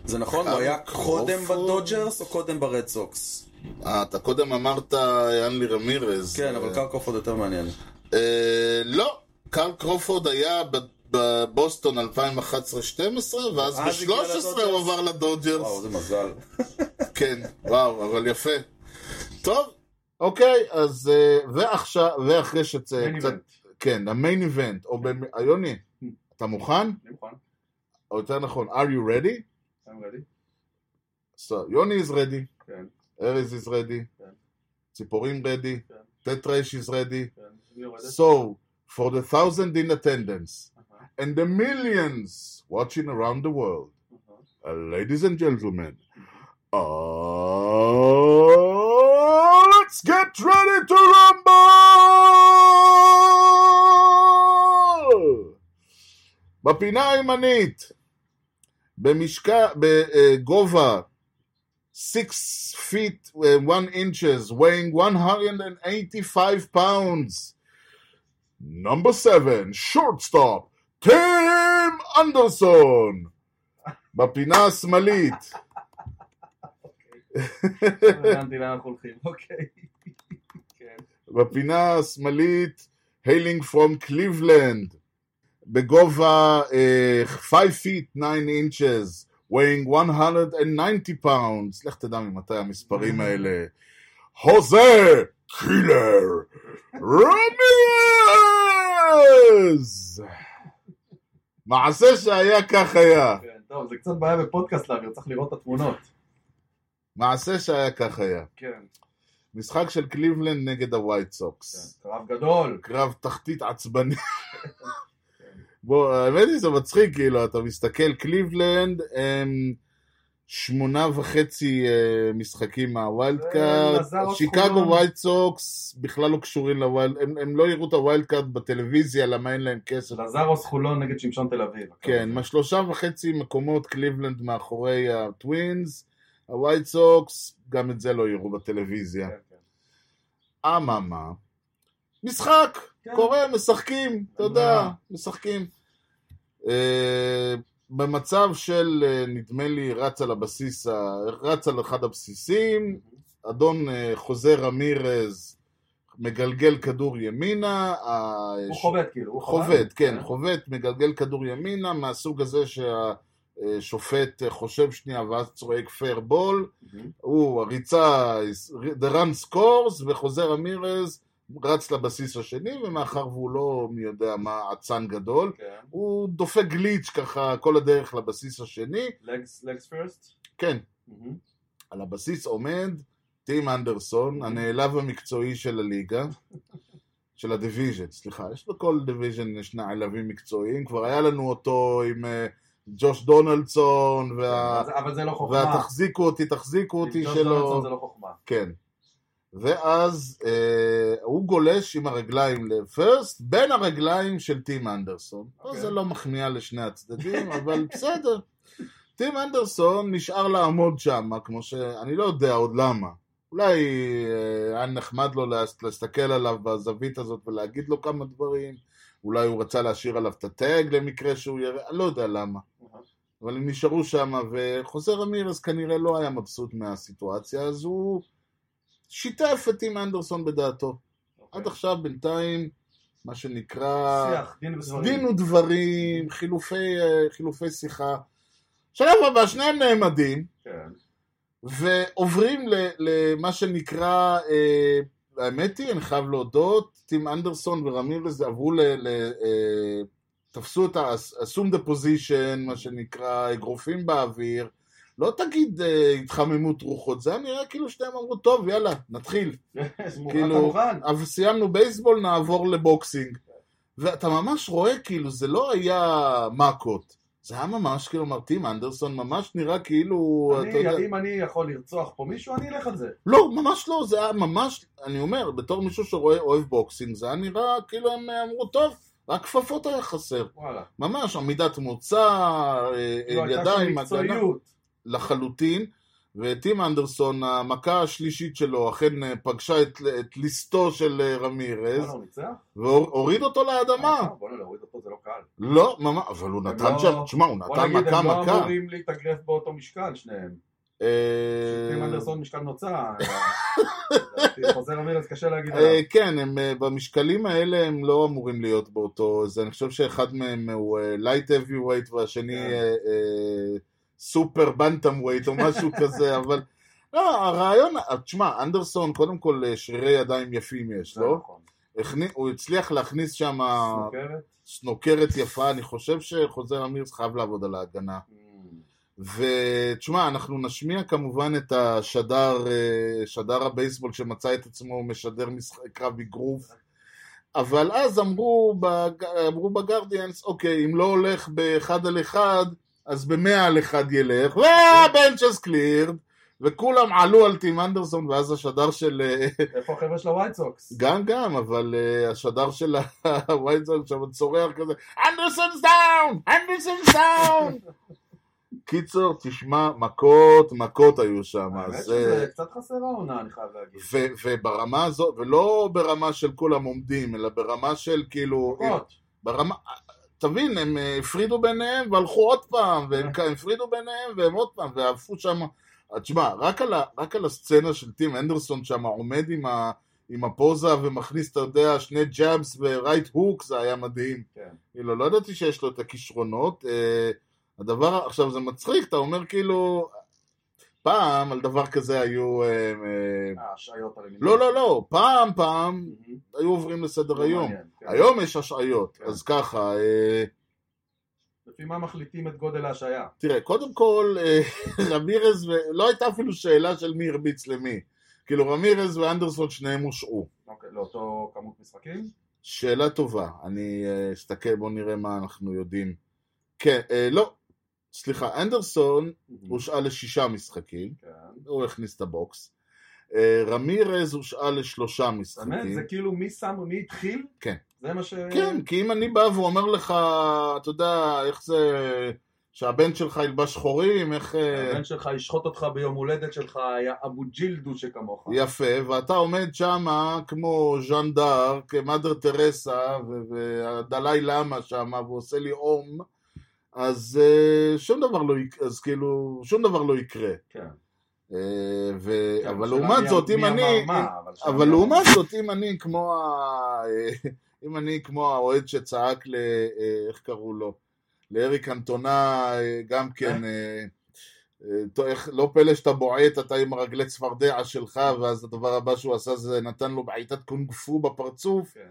Speaker 1: זה נכון?
Speaker 2: קאר
Speaker 1: הוא היה קודם
Speaker 2: קרופורד?
Speaker 1: בדודג'רס או קודם ברד סוקס?
Speaker 2: אה, אתה קודם אמרת אנלי רמירז.
Speaker 1: כן,
Speaker 2: אה,
Speaker 1: אבל קאר קרופורד יותר מעניין.
Speaker 2: אה, לא, קארל קרופורד היה ב- בבוסטון 2011-2012, ואז
Speaker 5: אה,
Speaker 1: ואז הגיע
Speaker 2: ב-13
Speaker 1: לדודג'רס.
Speaker 2: הוא עבר
Speaker 1: וואו,
Speaker 2: לדודג'רס.
Speaker 1: זה מזל.
Speaker 2: כן, וואו, אבל יפה. טוב, אוקיי, אז אה, ועכשיו, ואחרי שצא
Speaker 5: Main Hmm.
Speaker 2: קצת... כן, המיין איבנט, או במ... אה, יוני, אתה מוכן?
Speaker 5: אני מוכן,
Speaker 2: או יותר נכון, are you ready?
Speaker 5: I'm ready.
Speaker 2: So, יוני is ready,
Speaker 5: כן,
Speaker 2: ארז is ready,
Speaker 5: כן.
Speaker 2: ציפורים ready,
Speaker 5: כן.
Speaker 2: טט רייש is ready.
Speaker 5: כן. מי יורדת?
Speaker 2: So, for the thousand in attendance,
Speaker 5: אהה.
Speaker 2: and the millions watching around the world. Uh, ladies and gentlemen, uh, let's get ready to rumble! בפינה הימנית, במשקע, בגובה 6 eh, feet uh, 1 inches, weighing 185 pounds. Number 7, shortstop, טים אנדרסון. בפינה השמאלית,
Speaker 5: לא הבנתי לאן אנחנו הולכים, אוקיי. כן.
Speaker 2: בפינה השמאלית, היילינג פרום קליבלנד, בגובה אה, 5 feet 9 inches, weighing 190 pounds, לך תדע ממתי המספרים האלה, הוזה קילר רמירז! מעשה שהיה כך היה,
Speaker 5: כן, טוב, זה קצת בעיה בפודקאסט להעביר, צריך לראות את התמונות.
Speaker 2: מעשה שהיה כך היה.
Speaker 5: כן,
Speaker 2: משחק של קליבלנד נגד הווייט סוקס.
Speaker 5: כן, קרב גדול.
Speaker 2: קרב תחתית עצבני. בוא, האמת היא זה מצחיק, כאילו, אתה מסתכל, קליבלנד הם שמונה וחצי אה, משחקים מהווילד
Speaker 5: זה
Speaker 2: קארד,
Speaker 5: אה, מזל עוד
Speaker 2: שיקגו
Speaker 5: חולון.
Speaker 2: ווילד סוקס בכלל לא קשורים לווילד, הם, הם לא יראו את הווילד קארד בטלוויזיה, למה אין להם כסף.
Speaker 5: לזרוס חולון נגד שמשון תל אביב.
Speaker 2: כן, מה שלושה וחצי מקומות קליבלנד מאחורי הטווינס, הווייד סוקס, גם את זה לא יראו בטלוויזיה.
Speaker 5: כן, כן.
Speaker 2: אממה, משחק,
Speaker 5: כן.
Speaker 2: קורה, משחקים, אתה יודע,
Speaker 5: אה.
Speaker 2: משחקים. אה, במצב של, אה, נדמה לי, רץ על הבסיס, ה- רץ על אחד הבסיסים, אדון אה, חוזה רמירז מגלגל כדור ימינה, ה-
Speaker 5: הוא חובט כאילו, הוא
Speaker 2: חובט, כן, חובט, מגלגל כדור ימינה, מהסוג הזה שהשופט אה, חושב שנייה ואז צועק פייר בול,
Speaker 5: מהמם.
Speaker 2: הוא הריצה, the run scores, וחוזר אמירז רץ לבסיס השני, ומאחר והוא לא מי יודע מה אצן גדול,
Speaker 5: כן.
Speaker 2: הוא דופק גליץ' ככה כל הדרך לבסיס השני,
Speaker 5: לגס, לגס פירסט.
Speaker 2: כן,
Speaker 5: מהמם.
Speaker 2: על הבסיס עומד טים אנדרסון, הנעלב המקצועי של הליגה, של הדיוויז'ן, סליחה, יש בכל דיוויז'ן יש נעלבים מקצועיים, כבר היה לנו אותו עם אה, ג'וש דונלדסון, וה...
Speaker 5: אבל זה- אבל זה לא חוכמה.
Speaker 2: והתחזיקו אותי, תחזיקו אותי
Speaker 5: עם ג'ון
Speaker 2: שלו,
Speaker 5: דונלדסון זה לא חוכמה.
Speaker 2: כן. ואז אה, הוא גולש עם הרגליים לפרסט, בין הרגליים של טים אנדרסון.
Speaker 5: אוקיי.
Speaker 2: זה לא מחמיאה לשני הצדדים, אבל בסדר. טים אנדרסון נשאר לעמוד שם, כמו ש... אני לא יודע עוד למה. אולי אה, היה נחמד לו להס- להסתכל עליו בזווית הזאת ולהגיד לו כמה דברים. אולי הוא רצה להשאיר עליו את הטאג למקרה שהוא יראה, אני לא יודע למה. אבל הם נשארו שם, וחוזר אמירס כנראה לא היה מבסוט מהסיטואציה, אז הוא שיתף את טים אנדרסון בדעתו. עד עכשיו בינתיים, מה שנקרא...
Speaker 5: אוקיי. שיח, דין ודברים.
Speaker 2: דין ודברים, חילופי, אה, חילופי שיחה. שלב הבא, שניהם נעמדים,
Speaker 5: כן.
Speaker 2: ועוברים ל- למה שנקרא, אה, האמת היא, אני חייב להודות, טים אנדרסון ורמירס עברו ל... ל אה, תפסו את ה-assume the position, מה שנקרא, אגרופים באוויר. לא תגיד אה, התחממות רוחות, זה היה נראה כאילו שניהם אמרו, טוב, יאללה, נתחיל.
Speaker 5: כאילו...
Speaker 2: כאילו-
Speaker 5: כמובן.
Speaker 2: אבל סיימנו בייסבול, נעבור לבוקסינג. ואתה ממש רואה, כאילו, זה לא היה מכות. זה היה ממש, כאילו, מרטים אנדרסון ממש נראה כאילו,
Speaker 5: אני-
Speaker 2: אתה יודע...
Speaker 5: אם אני יכול לרצוח פה מישהו, אני אלך על זה.
Speaker 2: לא, ממש לא, זה היה ממש, אני אומר, בתור מישהו שרואה אוהב בוקסינג, זה היה נראה כאילו הם אמרו, טוב, רק כפפות היה חסר.
Speaker 5: וואלה.
Speaker 2: ממש, עמידת מוצא, אה,
Speaker 5: לא, הייתה שם
Speaker 2: ידיים, הגנה,
Speaker 5: מקצועיות.
Speaker 2: לחלוטין. וטים אנדרסון, המכה השלישית שלו, אכן אה, פגשה את, את ליסטו של אה, רמירז,
Speaker 5: וואלה, הוא לא ניצח?
Speaker 2: והוריד אותו לאדמה.
Speaker 5: אה, בוא'נה, להוריד אותו זה לא קל.
Speaker 2: לא, ממש, אבל הוא נתן
Speaker 5: לא-
Speaker 2: שם, תשמע, הוא
Speaker 5: בוא
Speaker 2: נתן
Speaker 5: נגיד,
Speaker 2: מכה
Speaker 5: הם לא
Speaker 2: מכה.
Speaker 5: אמורים להתאגרף באותו משקל, שניהם.
Speaker 2: אה,
Speaker 5: טים אנדרסון משקל נוצה. אה, לדעתי, חוזר אמיר, אז קשה להגיד
Speaker 2: אה,
Speaker 5: עליו.
Speaker 2: כן, הם אה, במשקלים האלה הם לא אמורים להיות באותו, זה אני חושב שאחד מהם הוא לייט אבי ווייט והשני
Speaker 5: כן.
Speaker 2: אה, אה, סופר בנטם ווייט או משהו כזה, אבל לא, הרעיון, אה, תשמע, אנדרסון קודם כל אה, שרירי ידיים יפים יש
Speaker 5: זה
Speaker 2: לו, אה.
Speaker 5: נכון.
Speaker 2: הכני- הוא הצליח להכניס שם
Speaker 5: סוכרת?
Speaker 2: סנוקרת יפה, אני חושב שחוזר אמיר חייב לעבוד על ההגנה.
Speaker 5: Mm.
Speaker 2: ותשמע, אנחנו נשמיע כמובן את השדר, אה, שדר הבייסבול שמצא את עצמו משדר משחק קרב אגרוף אבל אז אמרו, בג... אמרו בגרדיאנס, אוקיי, אם לא הולך באחד על אחד, אז במאה על אחד ילך, והבנצ'ס קלירד, וכולם עלו על טים אנדרסון, ואז השדר של אה,
Speaker 5: איפה החבר'ה של הווייט סוקס?
Speaker 2: גם גם, אבל אה, השדר של הווייזון שם צורח כזה, אנדרסונס דאון! אנדרסונס דאון! קיצור, תשמע, מכות, מכות היו שם,
Speaker 5: האמת
Speaker 2: אז... אה,
Speaker 5: שזה קצת חסר העונה, אני חייב להגיד.
Speaker 2: ו- וברמה הזו, ולא ברמה של כולם עומדים, אלא ברמה של כאילו...
Speaker 5: מכות.
Speaker 2: ברמה... תבין, הם אה, הפרידו ביניהם והלכו עוד פעם, והם
Speaker 5: כן.
Speaker 2: כ- הפרידו ביניהם והם עוד פעם, ועפו שם... אה, תשמע, רק על, ה... רק על הסצנה של טים הנדרסון שם עומד עם, ה... עם הפוזה ומכניס, אתה יודע, שני ג'אבס ורייט הוק, זה היה מדהים.
Speaker 5: כן.
Speaker 2: כאילו, לא ידעתי שיש לו את הכישרונות. אה, הדבר, עכשיו זה מצחיק, אתה אומר כאילו... פעם על דבר כזה היו... אה, אה,
Speaker 5: ההשעיות האלה.
Speaker 2: לא, לא, לא, פעם פעם
Speaker 5: מהמם.
Speaker 2: היו עוברים לסדר
Speaker 5: לא
Speaker 2: היום.
Speaker 5: מעניין, כן.
Speaker 2: היום יש השעיות,
Speaker 5: כן.
Speaker 2: אז ככה, אה,
Speaker 5: לפי מה מחליטים את גודל ההשעיה?
Speaker 2: תראה, קודם כל, אה, רמירז, ו- לא הייתה אפילו שאלה של מי הרביץ למי. כאילו, רמירז ואנדרסון שניהם הושעו.
Speaker 5: אוקיי, לאותו כמות משחקים?
Speaker 2: שאלה טובה, אני אה, אסתכל, בואו נראה מה אנחנו יודעים. כן, אה, לא, סליחה, אנדרסון הושעה לשישה משחקים,
Speaker 5: Mm. כן.
Speaker 2: הוא הכניס את הבוקס. אה, רמירז הושעה לשלושה
Speaker 5: באמת?
Speaker 2: משחקים.
Speaker 5: זה כאילו מי שם, מי התחיל?
Speaker 2: כן.
Speaker 5: זה מה ש...
Speaker 2: כן, כי אם אני בא ואומר לך, אתה יודע, איך זה, שהבן שלך ילבש חורים, איך... אה,
Speaker 5: הבן שלך ישחוט אותך ביום הולדת שלך, יא אבו ג'ילדו שכמוך.
Speaker 2: יפה, ואתה עומד שמה כמו ז'אן דארק, מאדר תרסה ו- והדלאי למה שמה, ועושה לי אום, אז אה, שום דבר לא יקרה, אז כאילו, שום דבר לא יקרה.
Speaker 5: כן.
Speaker 2: אה, ו-
Speaker 5: כן,
Speaker 2: אבל
Speaker 5: השאלה
Speaker 2: לעומת
Speaker 5: מי-
Speaker 2: זאת, אם
Speaker 5: מי אמר
Speaker 2: אני...
Speaker 5: מה, שאלה
Speaker 2: אבל
Speaker 5: מי אמר-
Speaker 2: לעומת זאת, אם אני כמו ה... אה, אם אני כמו האוהד שצעק ל... אה, איך קראו לו? לאריק אנטונה, אה, גם כן... אה, אה, טוב, איך- לא פלא שאתה בועט, אתה עם הרגלי צפרדע שלך, ואז הדבר הבא שהוא עשה זה נתן לו בעיטת קונג פו בפרצוף,
Speaker 5: כן.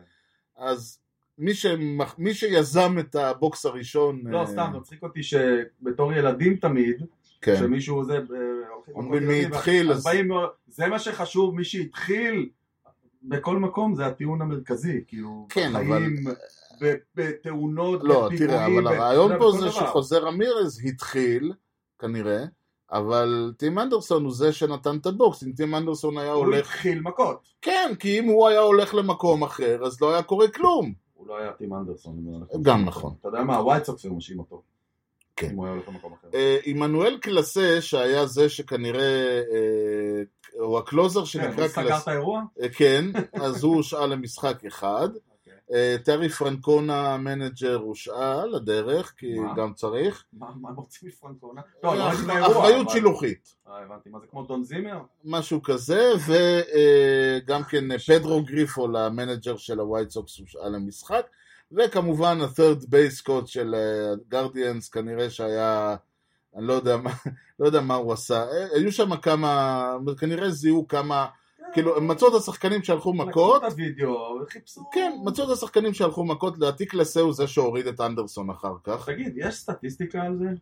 Speaker 2: אז מי, שמח... מי שיזם את הבוקס הראשון...
Speaker 5: לא,
Speaker 2: אה,
Speaker 5: סתם, מצחיק אותי שבתור ילדים תמיד,
Speaker 2: כן.
Speaker 5: שמישהו זה... אה, הולכים-
Speaker 2: אומרים
Speaker 5: הולכים
Speaker 2: מי
Speaker 5: ילדים,
Speaker 2: התחיל,
Speaker 5: אז
Speaker 2: אז...
Speaker 5: באים, זה מה שחשוב, מי שהתחיל בכל מקום זה הטיעון המרכזי, כאילו,
Speaker 2: כן, אבל-
Speaker 5: חיים, בתאונות,
Speaker 2: לא,
Speaker 5: בפיגועים,
Speaker 2: תראה, אבל
Speaker 5: ב-
Speaker 2: הרעיון
Speaker 5: אתה יודע,
Speaker 2: פה
Speaker 5: בכל
Speaker 2: זה
Speaker 5: דבר.
Speaker 2: שחוזה רמירז התחיל, כנראה, אבל טים אנדרסון הוא זה שנתן את הבוקס, אם טים אנדרסון היה
Speaker 5: הוא
Speaker 2: הולך...
Speaker 5: התחיל מכות.
Speaker 2: כן, כי אם הוא היה הולך למקום אחר, אז לא היה קורה כלום.
Speaker 5: הוא לא היה טים אנדרסון. אם הוא הולך
Speaker 2: גם
Speaker 5: למקום
Speaker 2: נכון.
Speaker 5: אחר. אתה יודע מה, הווייט סוקס היו משעים אותו.
Speaker 2: כן.
Speaker 5: אם הוא היה הולך למקום אחר.
Speaker 2: אה, עמנואל קלסה, שהיה זה שכנראה... אה, הוא הקלוזר
Speaker 5: כן,
Speaker 2: שנקרא
Speaker 5: הוא סגר את
Speaker 2: קלסה.
Speaker 5: האירוע?
Speaker 2: אה, כן, אז הוא הושעה למשחק אחד.
Speaker 5: אוקיי.
Speaker 2: אה, טרי פרנקונה, המנג'ר, הושעה לדרך, כי
Speaker 5: מה?
Speaker 2: גם צריך.
Speaker 5: מה מה הם רוצים לפרנקונה? לא, אני לא ראיתי את האירוע,
Speaker 2: אה, אחריות
Speaker 5: אבל-
Speaker 2: שילוחית.
Speaker 5: אה, הבנתי, מה זה כמו דון זימר?
Speaker 2: משהו כזה, וגם כן פדרו גריפול, המנג'ר של הווייט סוקס, הושעה למשחק, וכמובן ה-third base coach של גרדיאנס, כנראה שהיה, אני לא יודע מה, לא יודע מה הוא עשה, אה, היו שם כמה, כנראה זיהו כמה, כאילו, הם מצאו את השחקנים שהלכו מכות,
Speaker 5: לקחו את הוידאו וחיפשו...
Speaker 2: כן, מצאו את השחקנים שהלכו מכות, לדעתי קלסה הוא זה שהוריד את אנדרסון אחר כך.
Speaker 5: תגיד, יש סטטיסטיקה על זה?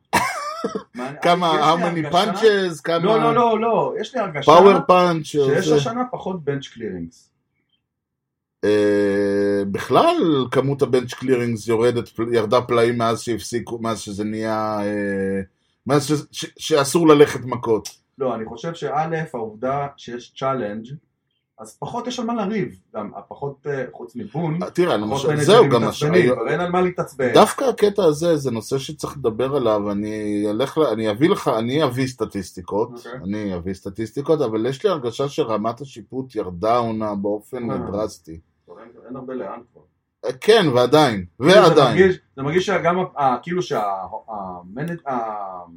Speaker 5: מה, אני-
Speaker 2: כמה
Speaker 5: אה, יש לי
Speaker 2: המוני
Speaker 5: הרגשה-
Speaker 2: פאנצ'ז, כמה אה.
Speaker 5: לא, לא, לא, לא, יש לי הרגשה
Speaker 2: פאוור פאנצ'
Speaker 5: שיש
Speaker 2: זה-
Speaker 5: השנה פחות בנץ' קלירינגס.
Speaker 2: אה, בכלל כמות הבנץ' קלירינגס יורדת, פל- ירדה פלאים מאז שהפסיקו, מאז שזה נהיה, אה, מאז ש, ש, שאסור ללכת מכות.
Speaker 5: לא, אני חושב שא', העובדה שיש צ'אלנג', אז פחות יש על מה לריב, גם אה, פחות, חוץ מבון,
Speaker 2: אה, תראה,
Speaker 5: פחות
Speaker 2: למשל,
Speaker 5: מנג'רים
Speaker 2: זהו גם
Speaker 5: מתעצבנים,
Speaker 2: השאלה.
Speaker 5: כבר אין על מה להתעצבן.
Speaker 2: דווקא הקטע הזה זה נושא שצריך לדבר עליו, אני אלך, ל- אני אביא לך, אני אביא סטטיסטיקות,
Speaker 5: אוקיי.
Speaker 2: אני אביא סטטיסטיקות, אבל יש לי הרגשה שרמת השיפוט ירדה עונה באופן
Speaker 5: אה.
Speaker 2: דרסטי.
Speaker 5: כבר אין- אין הרבה לאן כבר. כאילו
Speaker 2: אה, כן, ועדיין,
Speaker 5: כן, זה
Speaker 2: ועדיין,
Speaker 5: מרגיש- זה מרגיש שגם, ה- ה- כאילו שהמנט...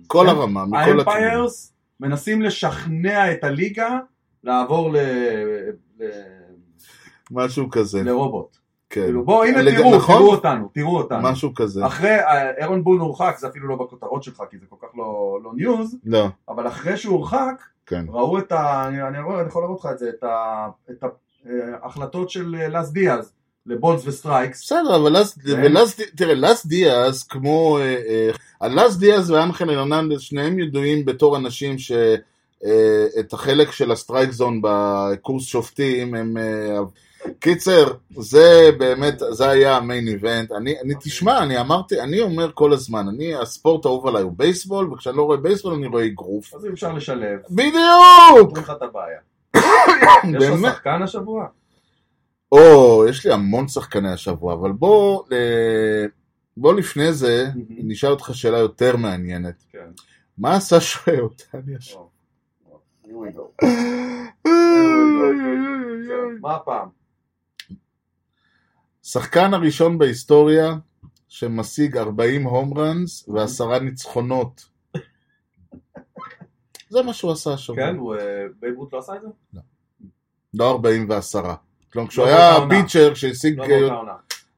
Speaker 2: כל הרמה,
Speaker 5: כן.
Speaker 2: מכל הכיוון.
Speaker 5: האמפיירס מנסים לשכנע את הליגה לעבור ל- ל-
Speaker 2: משהו כזה,
Speaker 5: לרובוט.
Speaker 2: כן,
Speaker 5: כאילו בואו הנה
Speaker 2: לג-
Speaker 5: תראו,
Speaker 2: נכון?
Speaker 5: תראו אותנו, תראו אותנו.
Speaker 2: משהו כזה,
Speaker 5: אחרי, אה, אירון בול הורחק, זה אפילו לא בכותרות שלך כי זה כל כך לא לא ניוז,
Speaker 2: לא,
Speaker 5: אבל אחרי שהוא הורחק,
Speaker 2: כן.
Speaker 5: ראו את ה... אני, אני, רואה, אני יכול להראות לך את זה, את ההחלטות של אה, לס דיאז לבולס וסטרייקס.
Speaker 2: בסדר, אבל לס,
Speaker 5: כן.
Speaker 2: ולס, תראה, לס דיאז, כמו, אה, אה, הלס דיאז ואנחל ארננדס, שניהם ידועים בתור אנשים ש... אה, את החלק של הסטרייק זון בקורס שופטים הם, אה, קיצר, זה באמת, זה היה המיין איבנט. אני, אני תשמע, אני אמרתי, אני אומר כל הזמן, אני, הספורט האהוב עליי הוא בייסבול, וכשאני לא רואה בייסבול אני רואה אגרוף.
Speaker 5: אז אם אפשר לשלב,
Speaker 2: בדיוק!
Speaker 5: פותרים לך את הבעיה. יש לך
Speaker 2: באמת.
Speaker 5: שחקן השבוע?
Speaker 2: או, יש לי המון שחקני השבוע, אבל בוא, אה, בוא לפני זה, נשאל אותך שאלה יותר מעניינת.
Speaker 5: כן.
Speaker 2: מה עשה שוער אותני השבוע?
Speaker 5: Oh, Here we go.
Speaker 2: כן.
Speaker 5: כן, מה הפעם?
Speaker 2: שחקן הראשון בהיסטוריה שמשיג 40 הום ראנס ועשרה ניצחונות. זה מה שהוא עשה השבוע.
Speaker 5: כן, הוא, אה, בייב רות לא עשה את זה?
Speaker 2: לא 40 ועשרה. כלומר, כשהוא
Speaker 5: לא
Speaker 2: היה
Speaker 5: באותה עונה.
Speaker 2: פיצ'ר שהשיג...
Speaker 5: לא באותה עונה.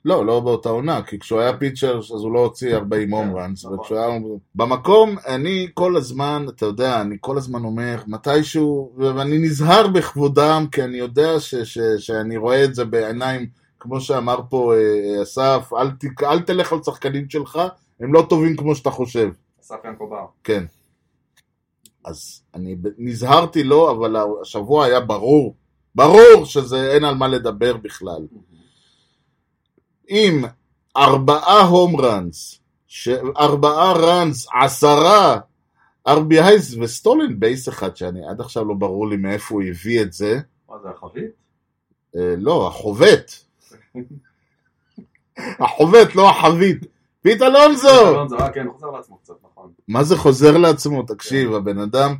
Speaker 2: לא, לא באותה עונה, כי כשהוא היה פיצ'ר אז הוא לא הוציא 40
Speaker 5: כן,
Speaker 2: הום ראנס,
Speaker 5: נכון.
Speaker 2: וכשהוא היה... במקום, אני כל הזמן, אתה יודע, אני כל הזמן אומר, מתישהו, ואני נזהר בכבודם, כי אני יודע ש- ש- שאני רואה את זה בעיניים, כמו שאמר פה אה, אסף, אל, ת- אל תלך על שחקנים שלך, הם לא טובים כמו שאתה חושב.
Speaker 5: אסף ינקובר.
Speaker 2: כן. אז אני ב- נזהרתי לא, אבל השבוע היה ברור, ברור שזה אין על מה לדבר בכלל. עם ארבעה הום ראנס, ש... ארבעה ראנס, עשרה RBIs וסטולן בייס אחד, שאני עד עכשיו לא ברור לי מאיפה הוא הביא את זה.
Speaker 5: מה זה, החבית?
Speaker 2: אה, לא, החובט. החובט, לא החבית. פית אלונזו!
Speaker 5: אלון זוהר, כן, חוזר לעצמו קצת, נכון.
Speaker 2: מה זה חוזר לעצמו? תקשיב, הבן אדם...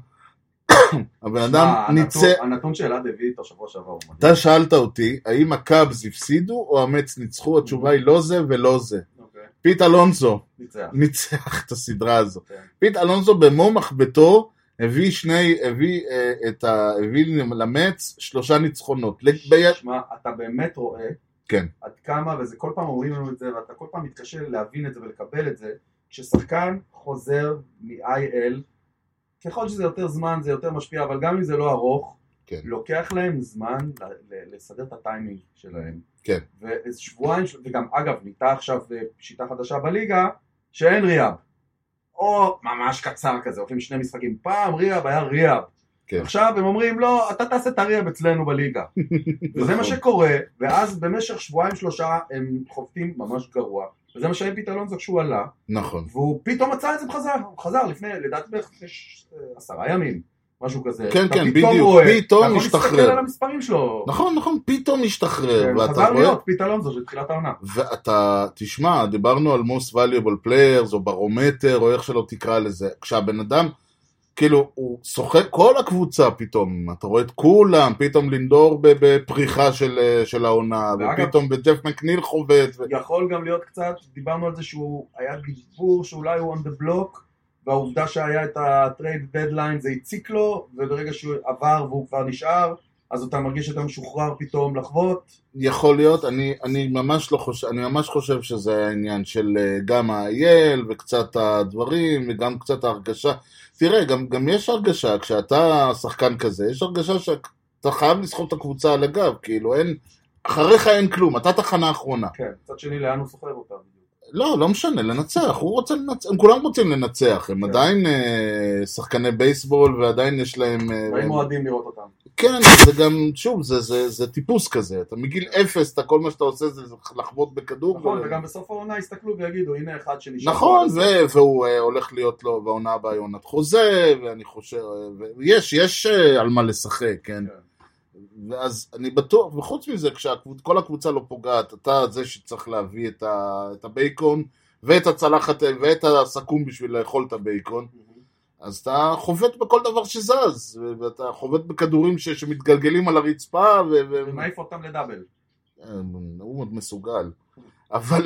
Speaker 2: הבן
Speaker 5: אה,
Speaker 2: אדם
Speaker 5: הנתון-
Speaker 2: ניצח...
Speaker 5: הנתון שאלעד הביא איתו שבוע שעבר. הוא מדהים.
Speaker 2: אתה שאלת אותי, האם הקאבס הפסידו או המץ ניצחו? התשובה היא לא זה ולא זה.
Speaker 5: אוקיי,
Speaker 2: פית אלונזו.
Speaker 5: ניצח.
Speaker 2: ניצח את הסדרה הזו.
Speaker 5: כן.
Speaker 2: פיט אלונזו במו מחבטו הביא שני, הביא אה, את ה... הביא למץ שלושה ניצחונות. לג- ב-
Speaker 5: שמע, אתה באמת רואה
Speaker 2: כן.
Speaker 5: עד כמה, וזה כל פעם אומרים לנו את זה, ואתה כל פעם מתקשה להבין את זה ולקבל את זה, כששחקן חוזר מ-IL, ככל שזה יותר זמן זה יותר משפיע, אבל גם אם זה לא ארוך,
Speaker 2: כן.
Speaker 5: לוקח להם זמן ל- ל- לסדר את הטיימינג שלהם.
Speaker 2: כן.
Speaker 5: ואיזה שבועיים, ש- וגם אגב, נהייתה עכשיו אה, שיטה חדשה בליגה, שאין ריאב. או ממש קצר כזה, הולכים שני משחקים. פעם ריאב היה ריאב.
Speaker 2: כן.
Speaker 5: עכשיו הם אומרים, לא, אתה תעשה את הריאב אצלנו בליגה.
Speaker 2: נכון.
Speaker 5: וזה מה שקורה, ואז במשך שבועיים שלושה הם חובטים ממש גרוע, וזה מה שהיה פית אלונזו כשהוא עלה,
Speaker 2: נכון.
Speaker 5: והוא פתאום מצא את זה בחזרה, הוא חזר לפני, לדעתי בערך לפני ש- אה, עשרה ימים, משהו כזה.
Speaker 2: כן,
Speaker 5: אתה
Speaker 2: כן,
Speaker 5: פתאום
Speaker 2: בדיוק,
Speaker 5: רואה,
Speaker 2: פתאום
Speaker 5: אתה יכול
Speaker 2: משתחרר.
Speaker 5: להסתכל על המספרים שלו.
Speaker 2: נכון, נכון, פתאום השתחרר,
Speaker 5: הוא
Speaker 2: ואתה
Speaker 5: כן, חזר
Speaker 2: רואה,
Speaker 5: להיות פית אלונזו של תחילת העונה.
Speaker 2: ואתה, תשמע, דיברנו על most valuable players, או ברומטר, או איך שלא תקרא לזה, כשהבן אדם, כאילו, הוא שוחק כל הקבוצה פתאום, אתה רואה את כולם, פתאום לינדור ב- בפריחה של, אה, של העונה,
Speaker 5: ואגב-
Speaker 2: ופתאום בג'ף מקניל חובט, ו-
Speaker 5: יכול גם להיות קצת, דיברנו על זה שהוא היה דיבור שאולי הוא on the block, והעובדה שהיה את ה-trade deadline זה הציק לו, וברגע שהוא עבר והוא כבר נשאר, אז אתה מרגיש שאתה משוחרר פתאום לחוות.
Speaker 2: יכול להיות, אני, אני ממש לא חושב, אני ממש חושב שזה היה עניין של אה, גם ה-IL וקצת הדברים וגם קצת ההרגשה. תראה, גם, גם יש הרגשה, כשאתה שחקן כזה, יש הרגשה שאתה חייב לסחוב את הקבוצה על הגב, כאילו אין, אחריך אין כלום, אתה תחנה אחרונה.
Speaker 5: כן, מצד שני לאן הוא סוחב אותה.
Speaker 2: לא, לא משנה, לנצח, הוא רוצה לנצח, הם כולם רוצים לנצח, הם
Speaker 5: כן.
Speaker 2: עדיין אה, שחקני בייסבול ועדיין יש להם... אה,
Speaker 5: באים אוהדים לראות אותם.
Speaker 2: כן, זה גם, שוב, זה, זה, זה טיפוס כזה, אתה מגיל אפס, אתה כל מה שאתה עושה זה לחבוט בכדור.
Speaker 5: נכון,
Speaker 2: ו-
Speaker 5: וגם בסוף העונה יסתכלו ויגידו, הנה אחד שנשאר.
Speaker 2: נכון, ו- והוא אה, הולך להיות לו בעונה הבאה עונת חוזה, ואני חושב, אה, ויש, יש אה, על מה לשחק, כן?
Speaker 5: כן.
Speaker 2: ואז אני בטוח, וחוץ מזה, כשכל הקבוצה לא פוגעת, אתה זה שצריך להביא את, ה- את הבייקון, ואת הצלחת, אה, ואת הסכו"ם בשביל לאכול את הבייקון, אז אתה חובט בכל דבר שזז, ו- ואתה חובט בכדורים ש- שמתגלגלים על הרצפה, ו... ו-
Speaker 5: ומעיף אותם לדאבל.
Speaker 2: הוא עוד מסוגל. אבל,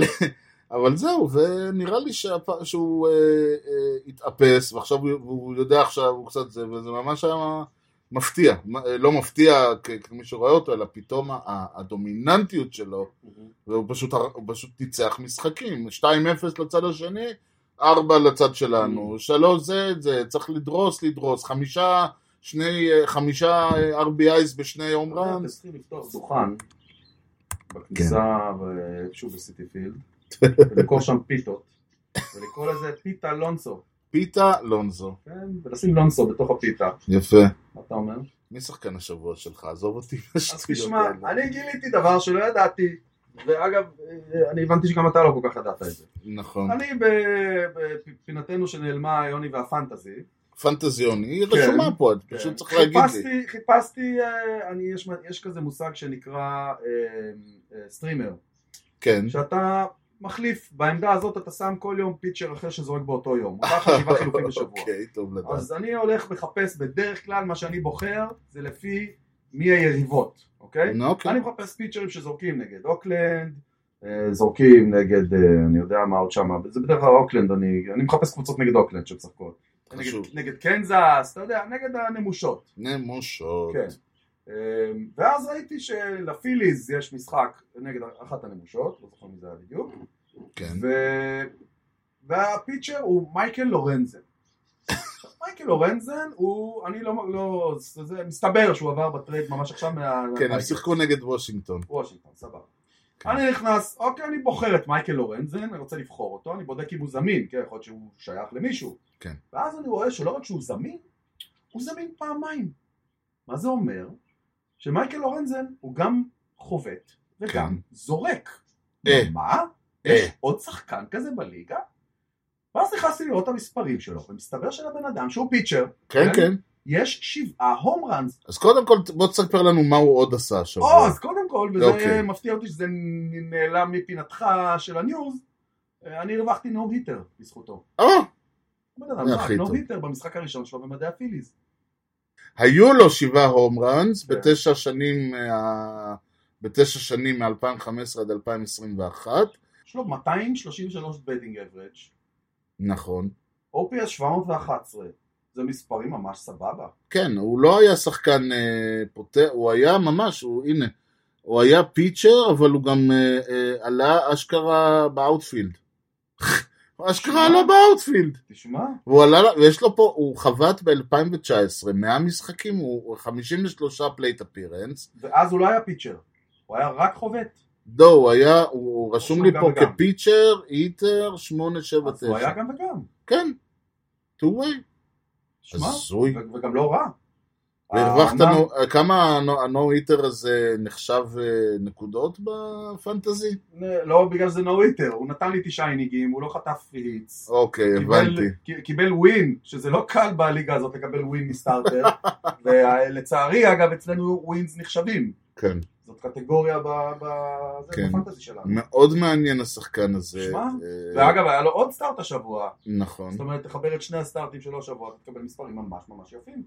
Speaker 2: אבל זהו, ונראה לי שהפ... שהוא אה, אה, התאפס, ועכשיו הוא, הוא יודע עכשיו, הוא קצת זה, וזה ממש היה מפתיע. מה- אה, לא מפתיע כ- כמי שרואה אותו, אלא פתאום ה- הדומיננטיות שלו, והוא פשוט, הר- הוא פשוט ניצח משחקים. 2-0 לצד השני, 4 לצד שלנו, 3 זה את זה, צריך לדרוס, לדרוס, חמישה... שני, אה, חמישה אה, RBIs בשני הום
Speaker 5: אתם
Speaker 2: ראנס.
Speaker 5: צריכים לפתוח דוכן בכניסה,
Speaker 2: כן.
Speaker 5: ו- שוב בסיטי פילד, ולמכור שם פיתות, ולקרוא לזה פיתה לונסו,
Speaker 2: פיתה לונזו.
Speaker 5: כן? ולשים לונסו בתוך הפיתה,
Speaker 2: יפה.
Speaker 5: מה אתה אומר?
Speaker 2: מי שחקן השבוע שלך? עזוב אותי מהשטויות
Speaker 5: אז תשמע, אני גיליתי דבר שלא ידעתי, ואגב, אה, אני הבנתי שגם אתה לא כל כך ידעת את זה.
Speaker 2: נכון.
Speaker 5: אני ב- בפינתנו שנעלמה יוני והפנטזי,
Speaker 2: פנטזיון, היא
Speaker 5: כן.
Speaker 2: רשומה פה, את פשוט צריך להגיד לי.
Speaker 5: חיפשתי, חיפשתי, אה, אני, יש, יש כזה מושג שנקרא אה, אה, סטרימר,
Speaker 2: כן,
Speaker 5: שאתה מחליף, בעמדה הזאת אתה שם כל יום פיצ'ר אחר שזורק באותו יום, אותה חשיבה חילופים בשבוע.
Speaker 2: אוקיי, טוב לדעת.
Speaker 5: אז אני הולך מחפש, בדרך כלל מה שאני בוחר זה לפי מי היריבות, אוקיי?
Speaker 2: נו, אוקיי.
Speaker 5: אני מחפש פיצ'רים שזורקים נגד אוקלנד, אה, זורקים נגד, אה, אני יודע מה עוד שמה, זה בדרך כלל אוקלנד, אני, אני מחפש קבוצות נגד אוקלנד שמשחקות. נגד,
Speaker 2: חשוב.
Speaker 5: נגד קנזס, אתה יודע, נגד הנמושות.
Speaker 2: נמושות.
Speaker 5: כן. אמ, ואז ראיתי שלפיליז יש משחק נגד אחת הנמושות, לא זוכר מי זה היה בדיוק,
Speaker 2: כן.
Speaker 5: ו... והפיצ'ר הוא מייקל לורנזן. עכשיו, מייקל לורנזן הוא, אני לא, לא, זה מסתבר שהוא עבר בטרייד ממש עכשיו מה...
Speaker 2: כן, הם
Speaker 5: מהטייגרס.
Speaker 2: שיחקו נגד וושינגטון.
Speaker 5: וושינגטון, סבבה. אני נכנס, אוקיי, אני בוחר את מייקל לורנזן, אני רוצה לבחור אותו, אני בודק אם הוא זמין, כן, יכול להיות שהוא שייך למישהו.
Speaker 2: כן.
Speaker 5: ואז אני רואה שלא רק שהוא זמין, הוא זמין פעמיים. מה זה אומר? שמייקל לורנזן הוא גם חובט וגם
Speaker 2: כן.
Speaker 5: זורק.
Speaker 2: אה.
Speaker 5: מה?
Speaker 2: אה.
Speaker 5: יש עוד שחקן כזה בליגה? ואז נכנסתי לראות את המספרים שלו, ומסתבר שלבן אדם שהוא פיצ'ר,
Speaker 2: כן, כן.
Speaker 5: יש שבעה הום ראנס
Speaker 2: אז קודם כל, בוא תספר לנו מה הוא עוד עשה
Speaker 5: או,
Speaker 2: השבוע.
Speaker 5: אז קודם כל, וזה
Speaker 2: אה. אוקיי.
Speaker 5: מפתיע אותי שזה נ- נעלם מפינתך של הניוז, אה, אני הרווחתי נו היטר בזכותו.
Speaker 2: או,
Speaker 5: הבן אדם
Speaker 2: זה
Speaker 5: זרק
Speaker 2: אה, הכי
Speaker 5: נו
Speaker 2: טוב.
Speaker 5: היטר במשחק הראשון שלו במדעי הפיליז.
Speaker 2: היו לו שבעה הום ראנס
Speaker 5: כן.
Speaker 2: בתשע שנים, אה, בתשע שנים מ-2015 עד 2021,
Speaker 5: יש לו 233 בדינג אברג',
Speaker 2: נכון.
Speaker 5: OPS 711, זה מספרים ממש סבבה.
Speaker 2: כן, הוא לא היה שחקן אה, פותח, הוא היה ממש, הוא, הנה, הוא היה פיצ'ר, אבל הוא גם אה, אה, עלה אשכרה באאוטפילד. הוא אשכרה עלה באאוטפילד.
Speaker 5: תשמע,
Speaker 2: הוא עלה, יש לו פה, הוא חבט ב-2019, 100 משחקים, הוא הוא 53 פלייט אפירנס.
Speaker 5: ואז הוא לא היה פיצ'ר, הוא היה רק חובט.
Speaker 2: לא, הוא היה, הוא, הוא רשום
Speaker 5: רשום
Speaker 2: לי
Speaker 5: גם
Speaker 2: פה
Speaker 5: וגם.
Speaker 2: כפיצ'ר, היטר,
Speaker 5: אז הוא
Speaker 2: 879.
Speaker 5: היה גם וגם.
Speaker 2: כן, two way.
Speaker 5: תשמע,
Speaker 2: הזוי.
Speaker 5: ו- וגם לא רע.
Speaker 2: והרווחת,
Speaker 5: העונה-
Speaker 2: נו- אה, כמה הנו היטר הזה נחשב אה, נקודות בפנטזי?
Speaker 5: לא בגלל שזה נו היטר, הוא נתן לי תשעה אינינגים, הוא לא חטף היטס.
Speaker 2: אוקיי,
Speaker 5: קיבל-
Speaker 2: הבנתי.
Speaker 5: ק- קיבל ווין, שזה לא קל בליגה הזאת לקבל ווין מסטארטר, ולצערי אגב אצלנו ווינס נחשבים,
Speaker 2: כן.
Speaker 5: זאת קטגוריה ב... ב- זה
Speaker 2: כן.
Speaker 5: בפנטזי שלנו.
Speaker 2: מאוד מעניין השחקן הזה.
Speaker 5: שמע,
Speaker 2: אה,
Speaker 5: ואגב היה לו עוד סטארט השבוע,
Speaker 2: נכון.
Speaker 5: זאת אומרת תחבר את שני הסטארטים שלו השבוע, אתה תקבל מספרים ממש ממש יפים.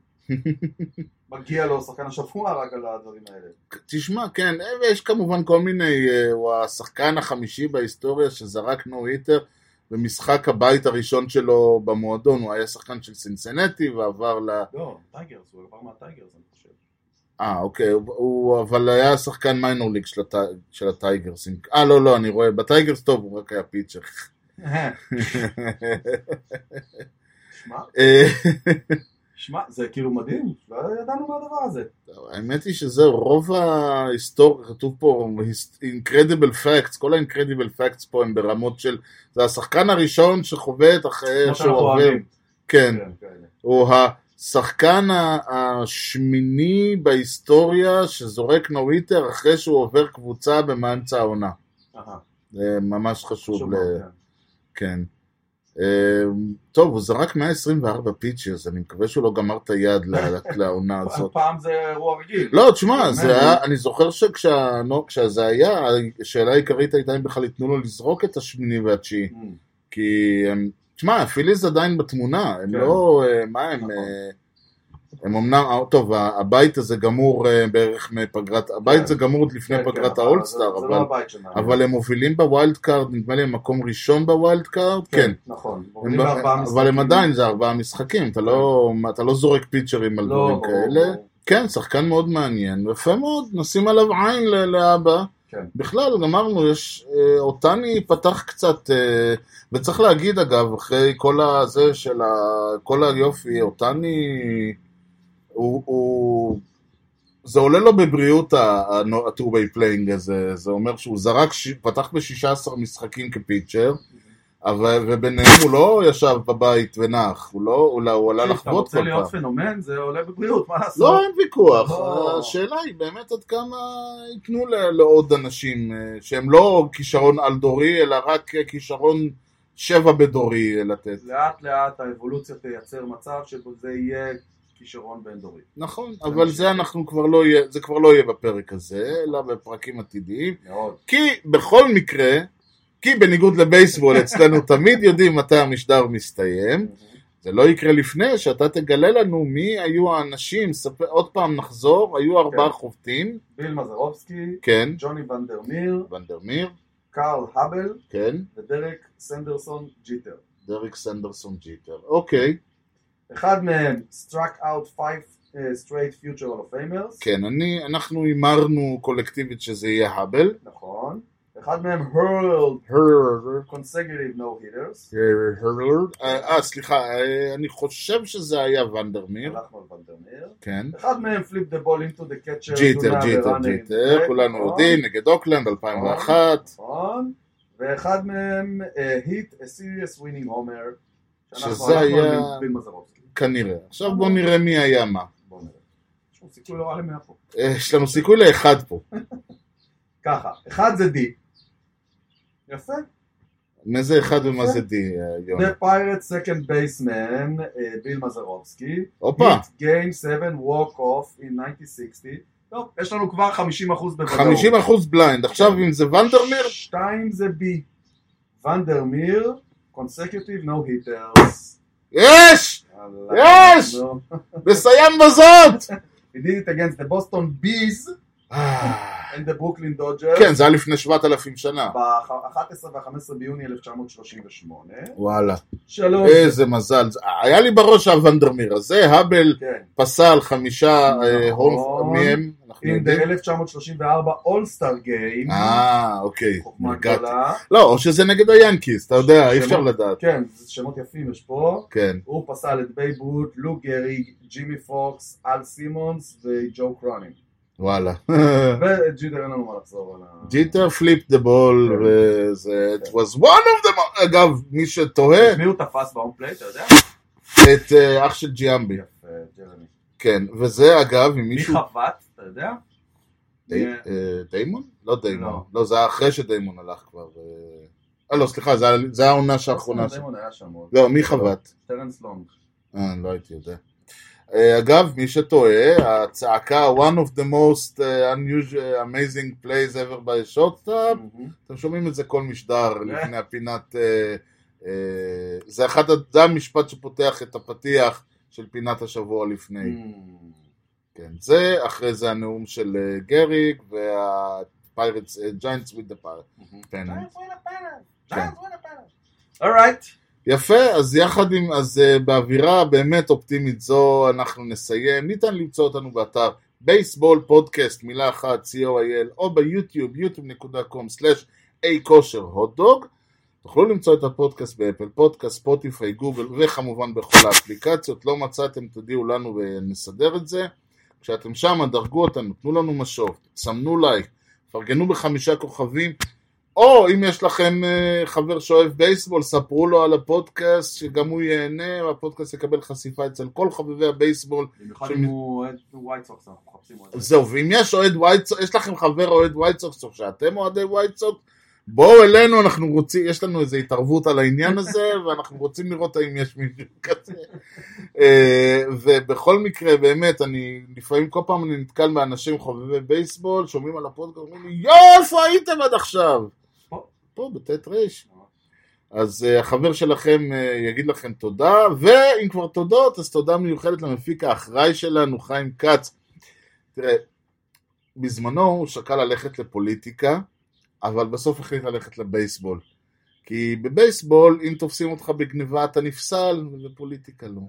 Speaker 5: מגיע לו שחקן השבוע רק על הדברים האלה.
Speaker 2: תשמע, כן, ויש כמובן כל מיני, אה, הוא השחקן החמישי בהיסטוריה שזרק נו היטר במשחק הבית הראשון שלו במועדון, הוא היה שחקן של סינסנטי ועבר ל...
Speaker 5: לא, טייגרס, הוא עבר מהטייגרס אני חושב.
Speaker 2: אה, אוקיי, הוא- הוא אבל היה שחקן מיינור ליג של, הט... של הטייגרס. אם- אה, לא, לא, אני רואה, בטייגרס טוב, הוא רק היה פיצ'ר.
Speaker 5: אה, שמע,
Speaker 2: אה,
Speaker 5: שמע, זה כאילו מדהים, לא ידענו מה הדבר הזה.
Speaker 2: אה, האמת היא שזהו, רוב ההיסטוריה, כתוב פה אינקרדיבל פקטס, כל האינקרדיבל פקטס פה הם ברמות של, זה השחקן הראשון שחובט אחרי
Speaker 5: כמו
Speaker 2: שהוא
Speaker 5: שאנחנו
Speaker 2: עובר,
Speaker 5: אוהבים.
Speaker 2: כן,
Speaker 5: כן, כאלה.
Speaker 2: או השחקן ה- השמיני בהיסטוריה שזורק נויטר אחרי שהוא עובר קבוצה במאמצע העונה,
Speaker 5: אהה,
Speaker 2: זה ממש חשוב,
Speaker 5: חשוב
Speaker 2: ל...
Speaker 5: מאוד, כן.
Speaker 2: כן. אה, טוב, הוא זרק 124 פיצ'ס, אני מקווה שהוא לא גמר את היד ל- לעונה הזאת.
Speaker 5: פעם זה אירוע רגיל.
Speaker 2: לא, תשמע,
Speaker 5: באמת?
Speaker 2: זה היה, אני זוכר שכשזה היה, השאלה העיקרית הייתה אם בכלל ייתנו לו לזרוק את השמיני והתשיעי.
Speaker 5: Mm.
Speaker 2: כי, הם- תשמע, הפיליז עדיין בתמונה, הם
Speaker 5: כן.
Speaker 2: לא, אה, מה הם,
Speaker 5: נכון.
Speaker 2: אה, הם אמנם, אה, טוב, ה- הבית הזה גמור אה, בערך מפגרת, הבית
Speaker 5: כן.
Speaker 2: זה גמור עוד לפני
Speaker 5: כן, כן,
Speaker 2: פגרת
Speaker 5: אבל
Speaker 2: האולסטאר,
Speaker 5: זה- זה
Speaker 2: אבל-
Speaker 5: לא הבית שלנו.
Speaker 2: אבל הם מובילים בווילד קארד, נדמה לי הם מקום ראשון בווילד קארד, כן.
Speaker 5: נכון.
Speaker 2: הם
Speaker 5: מורידים
Speaker 2: ב-
Speaker 5: לארבעה
Speaker 2: אבל
Speaker 5: משחקים.
Speaker 2: הם עדיין, זה ארבעה משחקים, אתה לא אתה לא זורק פיצ'רים על
Speaker 5: לא,
Speaker 2: דברים
Speaker 5: ברור,
Speaker 2: כאלה.
Speaker 5: ברור.
Speaker 2: כן, שחקן מאוד מעניין, יפה מאוד, נשים עליו עין ל- לאבא.
Speaker 5: כן.
Speaker 2: בכלל, גמרנו, יש... אה, אותני פתח קצת, אה, וצריך להגיד אגב, אחרי כל הזה של ה... כל היופי, אותני... הוא... הוא... זה עולה לו בבריאות ה-2-way playing הזה, זה אומר שהוא זרק, ש... פתח ב-16 משחקים כפיצ'ר,
Speaker 5: Mm-hmm.
Speaker 2: אבל, וביניהם הוא לא ישב בבית ונח, הוא לא, הוא, לא- הוא עלה
Speaker 5: אתה
Speaker 2: לחוות
Speaker 5: רוצה
Speaker 2: כל
Speaker 5: להיות
Speaker 2: פעם.
Speaker 5: פנומן? זה עולה בבריאות, מה לעשות?
Speaker 2: לא, אין ויכוח.
Speaker 5: לא.
Speaker 2: השאלה היא באמת עד כמה ייתנו ל- לעוד אנשים אה, שהם לא כישרון על-דורי, אלא רק אה, כישרון שבע בדורי אה, לתת.
Speaker 5: לאט לאט האבולוציה תייצר מצב שבו זה יהיה כישרון בין דורי.
Speaker 2: נכון, אבל זה אנחנו כבר לא יהיה, זה כבר לא יהיה בפרק הזה, אלא בפרקים עתידיים.
Speaker 5: מאוד.
Speaker 2: כי בכל מקרה, כי בניגוד לבייסבול אצלנו תמיד יודעים מתי המשדר מסתיים, זה לא יקרה לפני שאתה תגלה לנו מי היו האנשים, ספר, עוד פעם נחזור, היו ארבעה
Speaker 5: כן.
Speaker 2: חובטים,
Speaker 5: ביל מזרובסקי,
Speaker 2: כן,
Speaker 5: ג'וני ונדרמיר,
Speaker 2: ונדרמיר,
Speaker 5: קארל האבל
Speaker 2: כן,
Speaker 5: ודרק סנדרסון ג'יטר.
Speaker 2: דריק סנדרסון ג'יטר, אוקיי,
Speaker 5: אחד מהם, struck out five uh, straight future Hall of Famers.
Speaker 2: כן, אני, אנחנו הימרנו קולקטיבית שזה יהיה האבל,
Speaker 5: נכון. אחד מהם, hurled
Speaker 2: הרר,
Speaker 5: consecutive no hitters.
Speaker 2: הרלורד. אה, אה, סליחה, אה, אני חושב שזה היה ונדרמיר,
Speaker 5: הלכנו על ונדרמיר.
Speaker 2: כן.
Speaker 5: אחד מהם, flip the ball into the catcher.
Speaker 2: ג'יטר,
Speaker 5: tuna
Speaker 2: ג'יטר,
Speaker 5: ורן
Speaker 2: ג'יטר,
Speaker 5: עם-
Speaker 2: כולנו
Speaker 5: נכון,
Speaker 2: יודעים, נגד אוקלנד 2001,
Speaker 5: נכון. ואחד מהם, אה, hit a serious winning homer. שאנחנו
Speaker 2: שזה
Speaker 5: הלכנו
Speaker 2: היה-
Speaker 5: על ביל מזרובסקי.
Speaker 2: כנראה. עכשיו בואו נראה מי היה מה.
Speaker 5: בואו נראה. יש לנו סיכוי לא רע למאה פה.
Speaker 2: אה, יש לנו סיכוי לאחד פה.
Speaker 5: ככה, אחד זה די. יפה.
Speaker 2: מאיזה אחד ומה זה די, אה, יוני?
Speaker 5: The Pirate Second Baseman, אה, ביל מזרובסקי.
Speaker 2: הופה,
Speaker 5: Hit Game 7 Walk Off in 1960. טוב, יש לנו כבר 50% בוודאות.
Speaker 2: 50% בליינד. עכשיו אם זה ונדרמיר,
Speaker 5: שתיים זה בי. ונדרמיר, consecutive no hitters.
Speaker 2: יש! יש!
Speaker 5: נו.
Speaker 2: נסיים בזאת!
Speaker 5: He did it against the Boston Bees
Speaker 2: אה,
Speaker 5: and the Brooklyn Dodgers.
Speaker 2: כן, זה היה לפני 7,000 שנה.
Speaker 5: ב-11 ו-15 ביוני 1938.
Speaker 2: וואלה,
Speaker 5: שלוש.
Speaker 2: איזה מזל. זה- היה לי בראש הוונדרמיר הזה, האבל
Speaker 5: כן.
Speaker 2: פסל חמישה אה,
Speaker 5: נכון.
Speaker 2: הום מהם, אנחנו
Speaker 5: In the
Speaker 2: יודעים.
Speaker 5: 1934 All-Star Game.
Speaker 2: אה, אוקיי,
Speaker 5: חוכמה
Speaker 2: נרגעתי.
Speaker 5: גדולה.
Speaker 2: לא, או שזה נגד היאנקיס, אתה יודע, אי אפשר
Speaker 5: שמות.
Speaker 2: לדעת.
Speaker 5: כן, זה שמות יפים יש פה.
Speaker 2: כן.
Speaker 5: הוא פסל את בייב רות, לו גריג, ג'ימי פוקס, אל סימונס וג'ו קרונין.
Speaker 2: וואלה.
Speaker 5: וג'יטר אין לנו מה לחזור על ה...
Speaker 2: ג'יטר פליפ דה בול,
Speaker 5: כן.
Speaker 2: וזה... אה, It was one of them... אגב, מי שתוהה,
Speaker 5: את אה! מי הוא תפס באום פליי, אתה יודע?
Speaker 2: את אה, אח של ג'יאמבי.
Speaker 5: יפה, ג'רמי.
Speaker 2: כן, וזה אגב, אם
Speaker 5: מי
Speaker 2: מישהו...
Speaker 5: חבט, אתה יודע?
Speaker 2: די-
Speaker 5: אה,
Speaker 2: אה, דיימון? לא דיימון.
Speaker 5: לא.
Speaker 2: לא, זה היה אחרי שדיימון הלך כבר. אה, אה, לא, סליחה, זה היה- זה היה העונה
Speaker 5: אוסמן
Speaker 2: שהאחרונה ש...
Speaker 5: אה, דיימון היה שם עוד.
Speaker 2: לא, מי חבט?
Speaker 5: טרנס לונג.
Speaker 2: אה, לא הייתי יודע. אה, אגב, מי שתוהה, הצעקה one of the most uh, unusual, amazing plays ever by a shortstop,
Speaker 5: מהמם.
Speaker 2: אתם שומעים את זה כל משדר
Speaker 5: כן.
Speaker 2: לפני הפינת... אה, אה, זה, אחד, ה- זה המשפט שפותח את הפתיח של פינת השבוע
Speaker 5: Mm.
Speaker 2: לפני.
Speaker 5: מהמם.
Speaker 2: כן, זה, אחרי זה הנאום של אה, גריג והפיירטס, ג'יינטס וויד דה
Speaker 5: אה,
Speaker 2: פאנל. כן.
Speaker 5: אורייט.
Speaker 2: יפה, אז יחד עם, אז אה, באווירה באמת אופטימית זו אנחנו נסיים. ניתן למצוא אותנו באתר בייסבול פודקאסט, מילה אחת, co.il, או ביוטיוב, yוטיוב.com/a-kosher הוטדוג. תוכלו למצוא את הפודקאסט באפל פודקאסט, ספוטיפיי, גוגל, וכמובן בכל האפליקציות. לא מצאתם, תודיעו לנו ונסדר את זה. כשאתם שם, דרגו אותנו, תנו לנו משוב, סמנו לייק, פרגנו בחמישה כוכבים, או אם יש לכם אה, חבר שאוהב בייסבול, ספרו לו על הפודקאסט, שגם הוא ייהנה, והפודקאסט יקבל חשיפה אצל כל חובבי הבייסבול.
Speaker 5: במיוחד
Speaker 2: שמי-
Speaker 5: אם הוא אוהד ווייט סוקס, אנחנו מחפשים עוד.
Speaker 2: זהו, ואם יש אוהד ווייט סוקס, יש לכם חבר אוהד ווייט סוקס, או שאתם אוהדי ווייט סוקס, בואו אלינו, אנחנו רוצים, יש לנו איזו התערבות על העניין הזה, ואנחנו רוצים לראות האם יש מישהו כזה. אה, ובכל מקרה, באמת, אני, לפעמים כל פעם אני נתקל באנשים חובבי בייסבול, שומעים על הפודקאסט, אומרים לי, יואו, איפה הייתם עד עכשיו?
Speaker 5: פה.
Speaker 2: פה, בט' ר'. אז אה, החבר שלכם אה, יגיד לכם תודה, ואם כבר תודות, אז תודה מיוחדת למפיק האחראי שלנו, חיים כץ. תראה, בזמנו הוא שקל ללכת לפוליטיקה, אבל בסוף החליט ללכת לבייסבול. כי בבייסבול, אם תופסים אותך בגניבה אתה נפסל, ובפוליטיקה לא.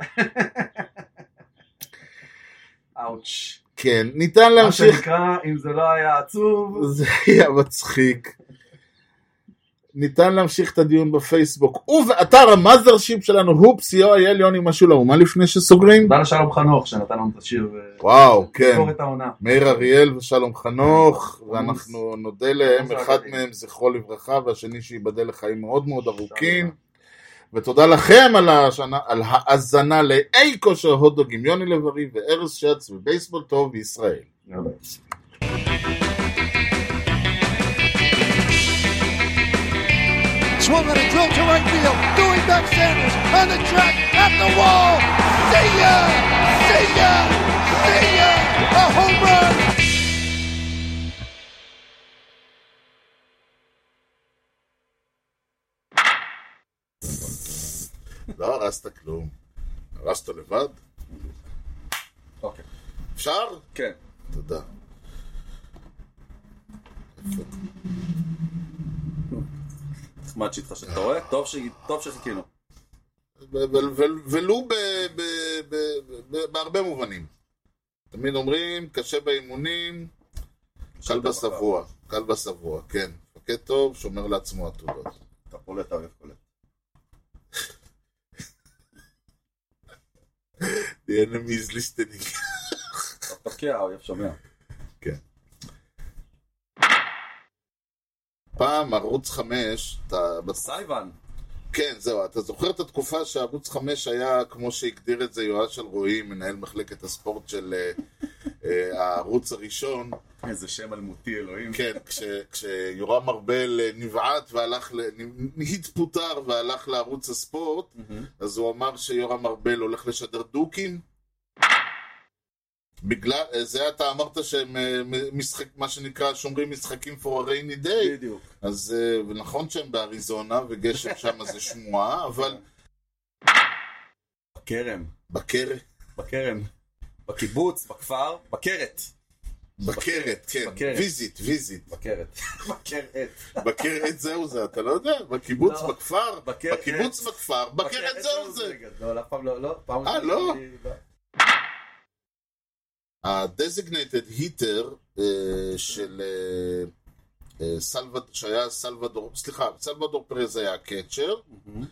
Speaker 5: אאוץ'.
Speaker 2: כן, ניתן
Speaker 5: מה
Speaker 2: להמשיך
Speaker 5: שנקרא, אם זה לא היה עצוב,
Speaker 2: זה היה מצחיק. ניתן להמשיך את הדיון בפייסבוק ובאתר המאזרשיפ שלנו, הופס, יואל, יוני, משהו לא, מה לפני שסוגרים?
Speaker 5: תודה לשלום חנוך שנתן לנו את השיר. אה,
Speaker 2: וואו, כן.
Speaker 5: לסגור את העונה.
Speaker 2: מאיר אריאל ושלום חנוך, ואנחנו נודה להם,
Speaker 5: עמוס
Speaker 2: אחד
Speaker 5: האגדי.
Speaker 2: מהם זכרו לברכה והשני שייבדל לחיים מאוד מאוד ארוכים. ותודה לכם על, השנה, על האזנה לאי כושר הודוג עם יוני לב-ארי וארז שץ ובייסבול טוב בישראל.
Speaker 5: יאללה.
Speaker 3: Swung on a drill to right field. Doing back Sanders on the track at the wall. See ya! See ya! See ya! A home run!
Speaker 2: לא הרסת כלום. הרסת לבד?
Speaker 1: אוקיי.
Speaker 2: אפשר?
Speaker 1: כן.
Speaker 2: תודה.
Speaker 1: נחמד שהתחשב. אתה רואה? טוב ש- טוב שחיכינו.
Speaker 2: ו- ו- ו- ולו ב- ב- ב- ב- בהרבה מובנים. תמיד אומרים, קשה באימונים, קל בשבוע. קל בשבוע, כן. מפקד טוב, שומר לעצמו עתודות.
Speaker 1: אתה פולט, האויב פולט.
Speaker 2: The enemy is listening.
Speaker 1: אתה תפקיע, האויב שומע.
Speaker 2: פעם ערוץ 5, אתה...
Speaker 1: סייבן.
Speaker 2: כן, זהו, אתה זוכר את התקופה שערוץ 5 היה, כמו שהגדיר את זה יועז שלרועי, מנהל מחלקת הספורט של אה, אה, הערוץ הראשון,
Speaker 1: איזה שם אלמותי, אלוהים.
Speaker 2: כן, כש, כשיורם ארבל אה, נבעט והלך, ל- נ- התפוטר והלך לערוץ הספורט,
Speaker 1: מהמם.
Speaker 2: אז הוא אמר שיורם ארבל הולך לשדר דוקים. בגלל, אה, זה אתה אמרת שהם אה, מ- משחק, מה שנקרא, שומרים משחקים for a rainy day,
Speaker 1: בדיוק.
Speaker 2: אז אה, נכון שהם באריזונה וגשם שם זה שמועה, אבל
Speaker 1: בכרם.
Speaker 2: בקרת,
Speaker 1: בכרם. בקיבוץ, בכפר, בכרת.
Speaker 2: בקרת, כן,
Speaker 1: בקרת.
Speaker 2: ויזית, ויזית.
Speaker 1: בכרת. בכרת.
Speaker 2: בקרת זהו זה, אתה לא יודע, בקיבוץ,
Speaker 1: לא.
Speaker 2: בכפר,
Speaker 1: בקרת.
Speaker 2: בקיבוץ, בכפר, בקרת זהו זה.
Speaker 1: גדול, אף פעם לא, לא. פעם
Speaker 2: אה,
Speaker 1: ראשונה
Speaker 2: לא?
Speaker 1: שאני- לא.
Speaker 2: ה-designated hitter אה, של אה, אה, סלבד- שהיה סלבדור, סליחה, סלבדור פרז היה הקאצ'ר,
Speaker 1: מהמם,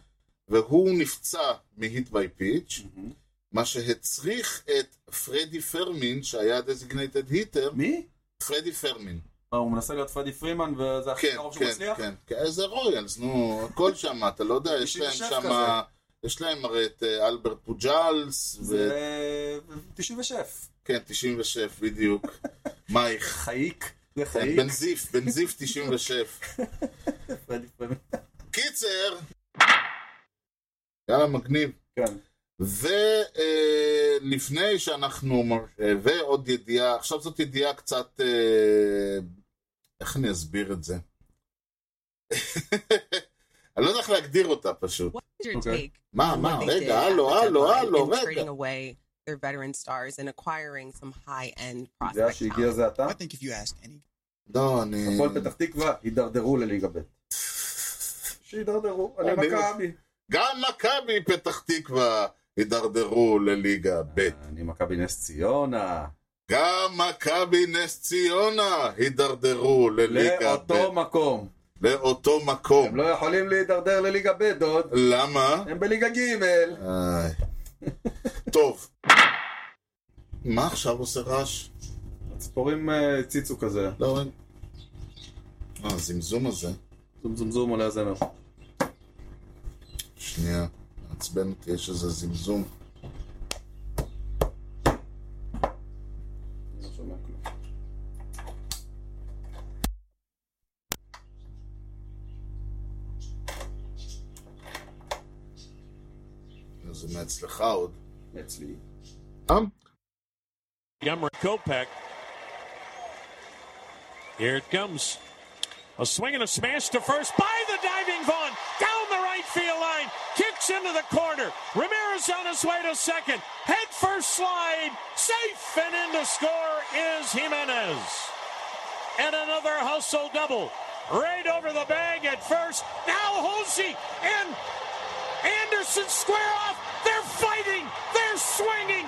Speaker 2: והוא נפצע מהיט ביי פיץ',
Speaker 1: מהמם.
Speaker 2: מה שהצריך את פרדי פרמין, שהיה ה-designated hitter,
Speaker 1: מי?
Speaker 2: פרדי פרמין.
Speaker 1: מה, הוא מנסה להיות פרדי פרימן, וזה הכי
Speaker 2: כן,
Speaker 1: קרוב שהוא
Speaker 2: כן,
Speaker 1: מצליח?
Speaker 2: כן, כן, איזה רויאלס, נו, הכל שם, אתה לא יודע, יש להם
Speaker 1: 97
Speaker 2: שם, יש להם הרי את אה, אלברט פוג'לס, ו-
Speaker 1: זה 97.
Speaker 2: כן, 97 בדיוק, מייך,
Speaker 1: חייק. זה חייק.
Speaker 2: כן, בן זיף, בן זיף 97.
Speaker 1: פרדי פרימן.
Speaker 2: קיצר, יאללה מגניב.
Speaker 1: כן.
Speaker 2: ולפני שאנחנו, אה, ועוד ידיעה, עכשיו זאת ידיעה קצת, אה, איך אני אסביר את זה? אני לא יודע איך להגדיר אותה פשוט.
Speaker 6: What is your
Speaker 1: Okay.
Speaker 6: take
Speaker 2: מה,
Speaker 6: on
Speaker 2: מה,
Speaker 6: what they did
Speaker 2: רגע,
Speaker 6: at
Speaker 2: הלו,
Speaker 6: the
Speaker 2: הלו,
Speaker 6: deadline
Speaker 2: הלו,
Speaker 6: in
Speaker 2: רגע.
Speaker 6: trading away their veteran stars and acquiring some high-end
Speaker 1: יודע
Speaker 6: prospect
Speaker 1: שהגיע
Speaker 6: talent?
Speaker 1: זה עתה?
Speaker 7: I think if you ask any
Speaker 2: לא, אני...
Speaker 1: הפועל פתח תקווה הידרדרו לליגה ב'. שידרדרו, אני
Speaker 2: אני
Speaker 1: מכבי.
Speaker 2: גם מכבי פתח תקווה הידרדרו לליגה ב'.
Speaker 1: אני מכבי נס ציונה.
Speaker 2: גם מכבי נס ציונה הידרדרו לליגה ב'.
Speaker 1: לאותו מקום.
Speaker 2: לאותו
Speaker 1: הם
Speaker 2: מקום.
Speaker 1: לא יכולים להידרדר לליגה ב' דוד.
Speaker 2: למה?
Speaker 1: הם בליגה ג'.
Speaker 2: איי. טוב. מה עכשיו עושה רעש?
Speaker 1: ציפורים אה, הציצו כזה.
Speaker 2: לא, אין. אה, הזמזום הזה.
Speaker 1: זום זום זום עולה הזמר.
Speaker 2: שנייה. מעצבן אותי, יש איזה זמזום.
Speaker 1: אני לא שומע כלום.
Speaker 2: זה מאצלך עוד.
Speaker 1: אצלי.
Speaker 2: אה?
Speaker 8: Montgomery Kopech. Here it comes. A swing and a smash to first by the diving Vaughn. Down the right field line. Kicks into the corner. Ramirez on his way to second. Head first slide. Safe and in to score is Jimenez and another hustle double. Right over the bag at first. Now Hosey and Anderson square off. They're fighting. They're swinging.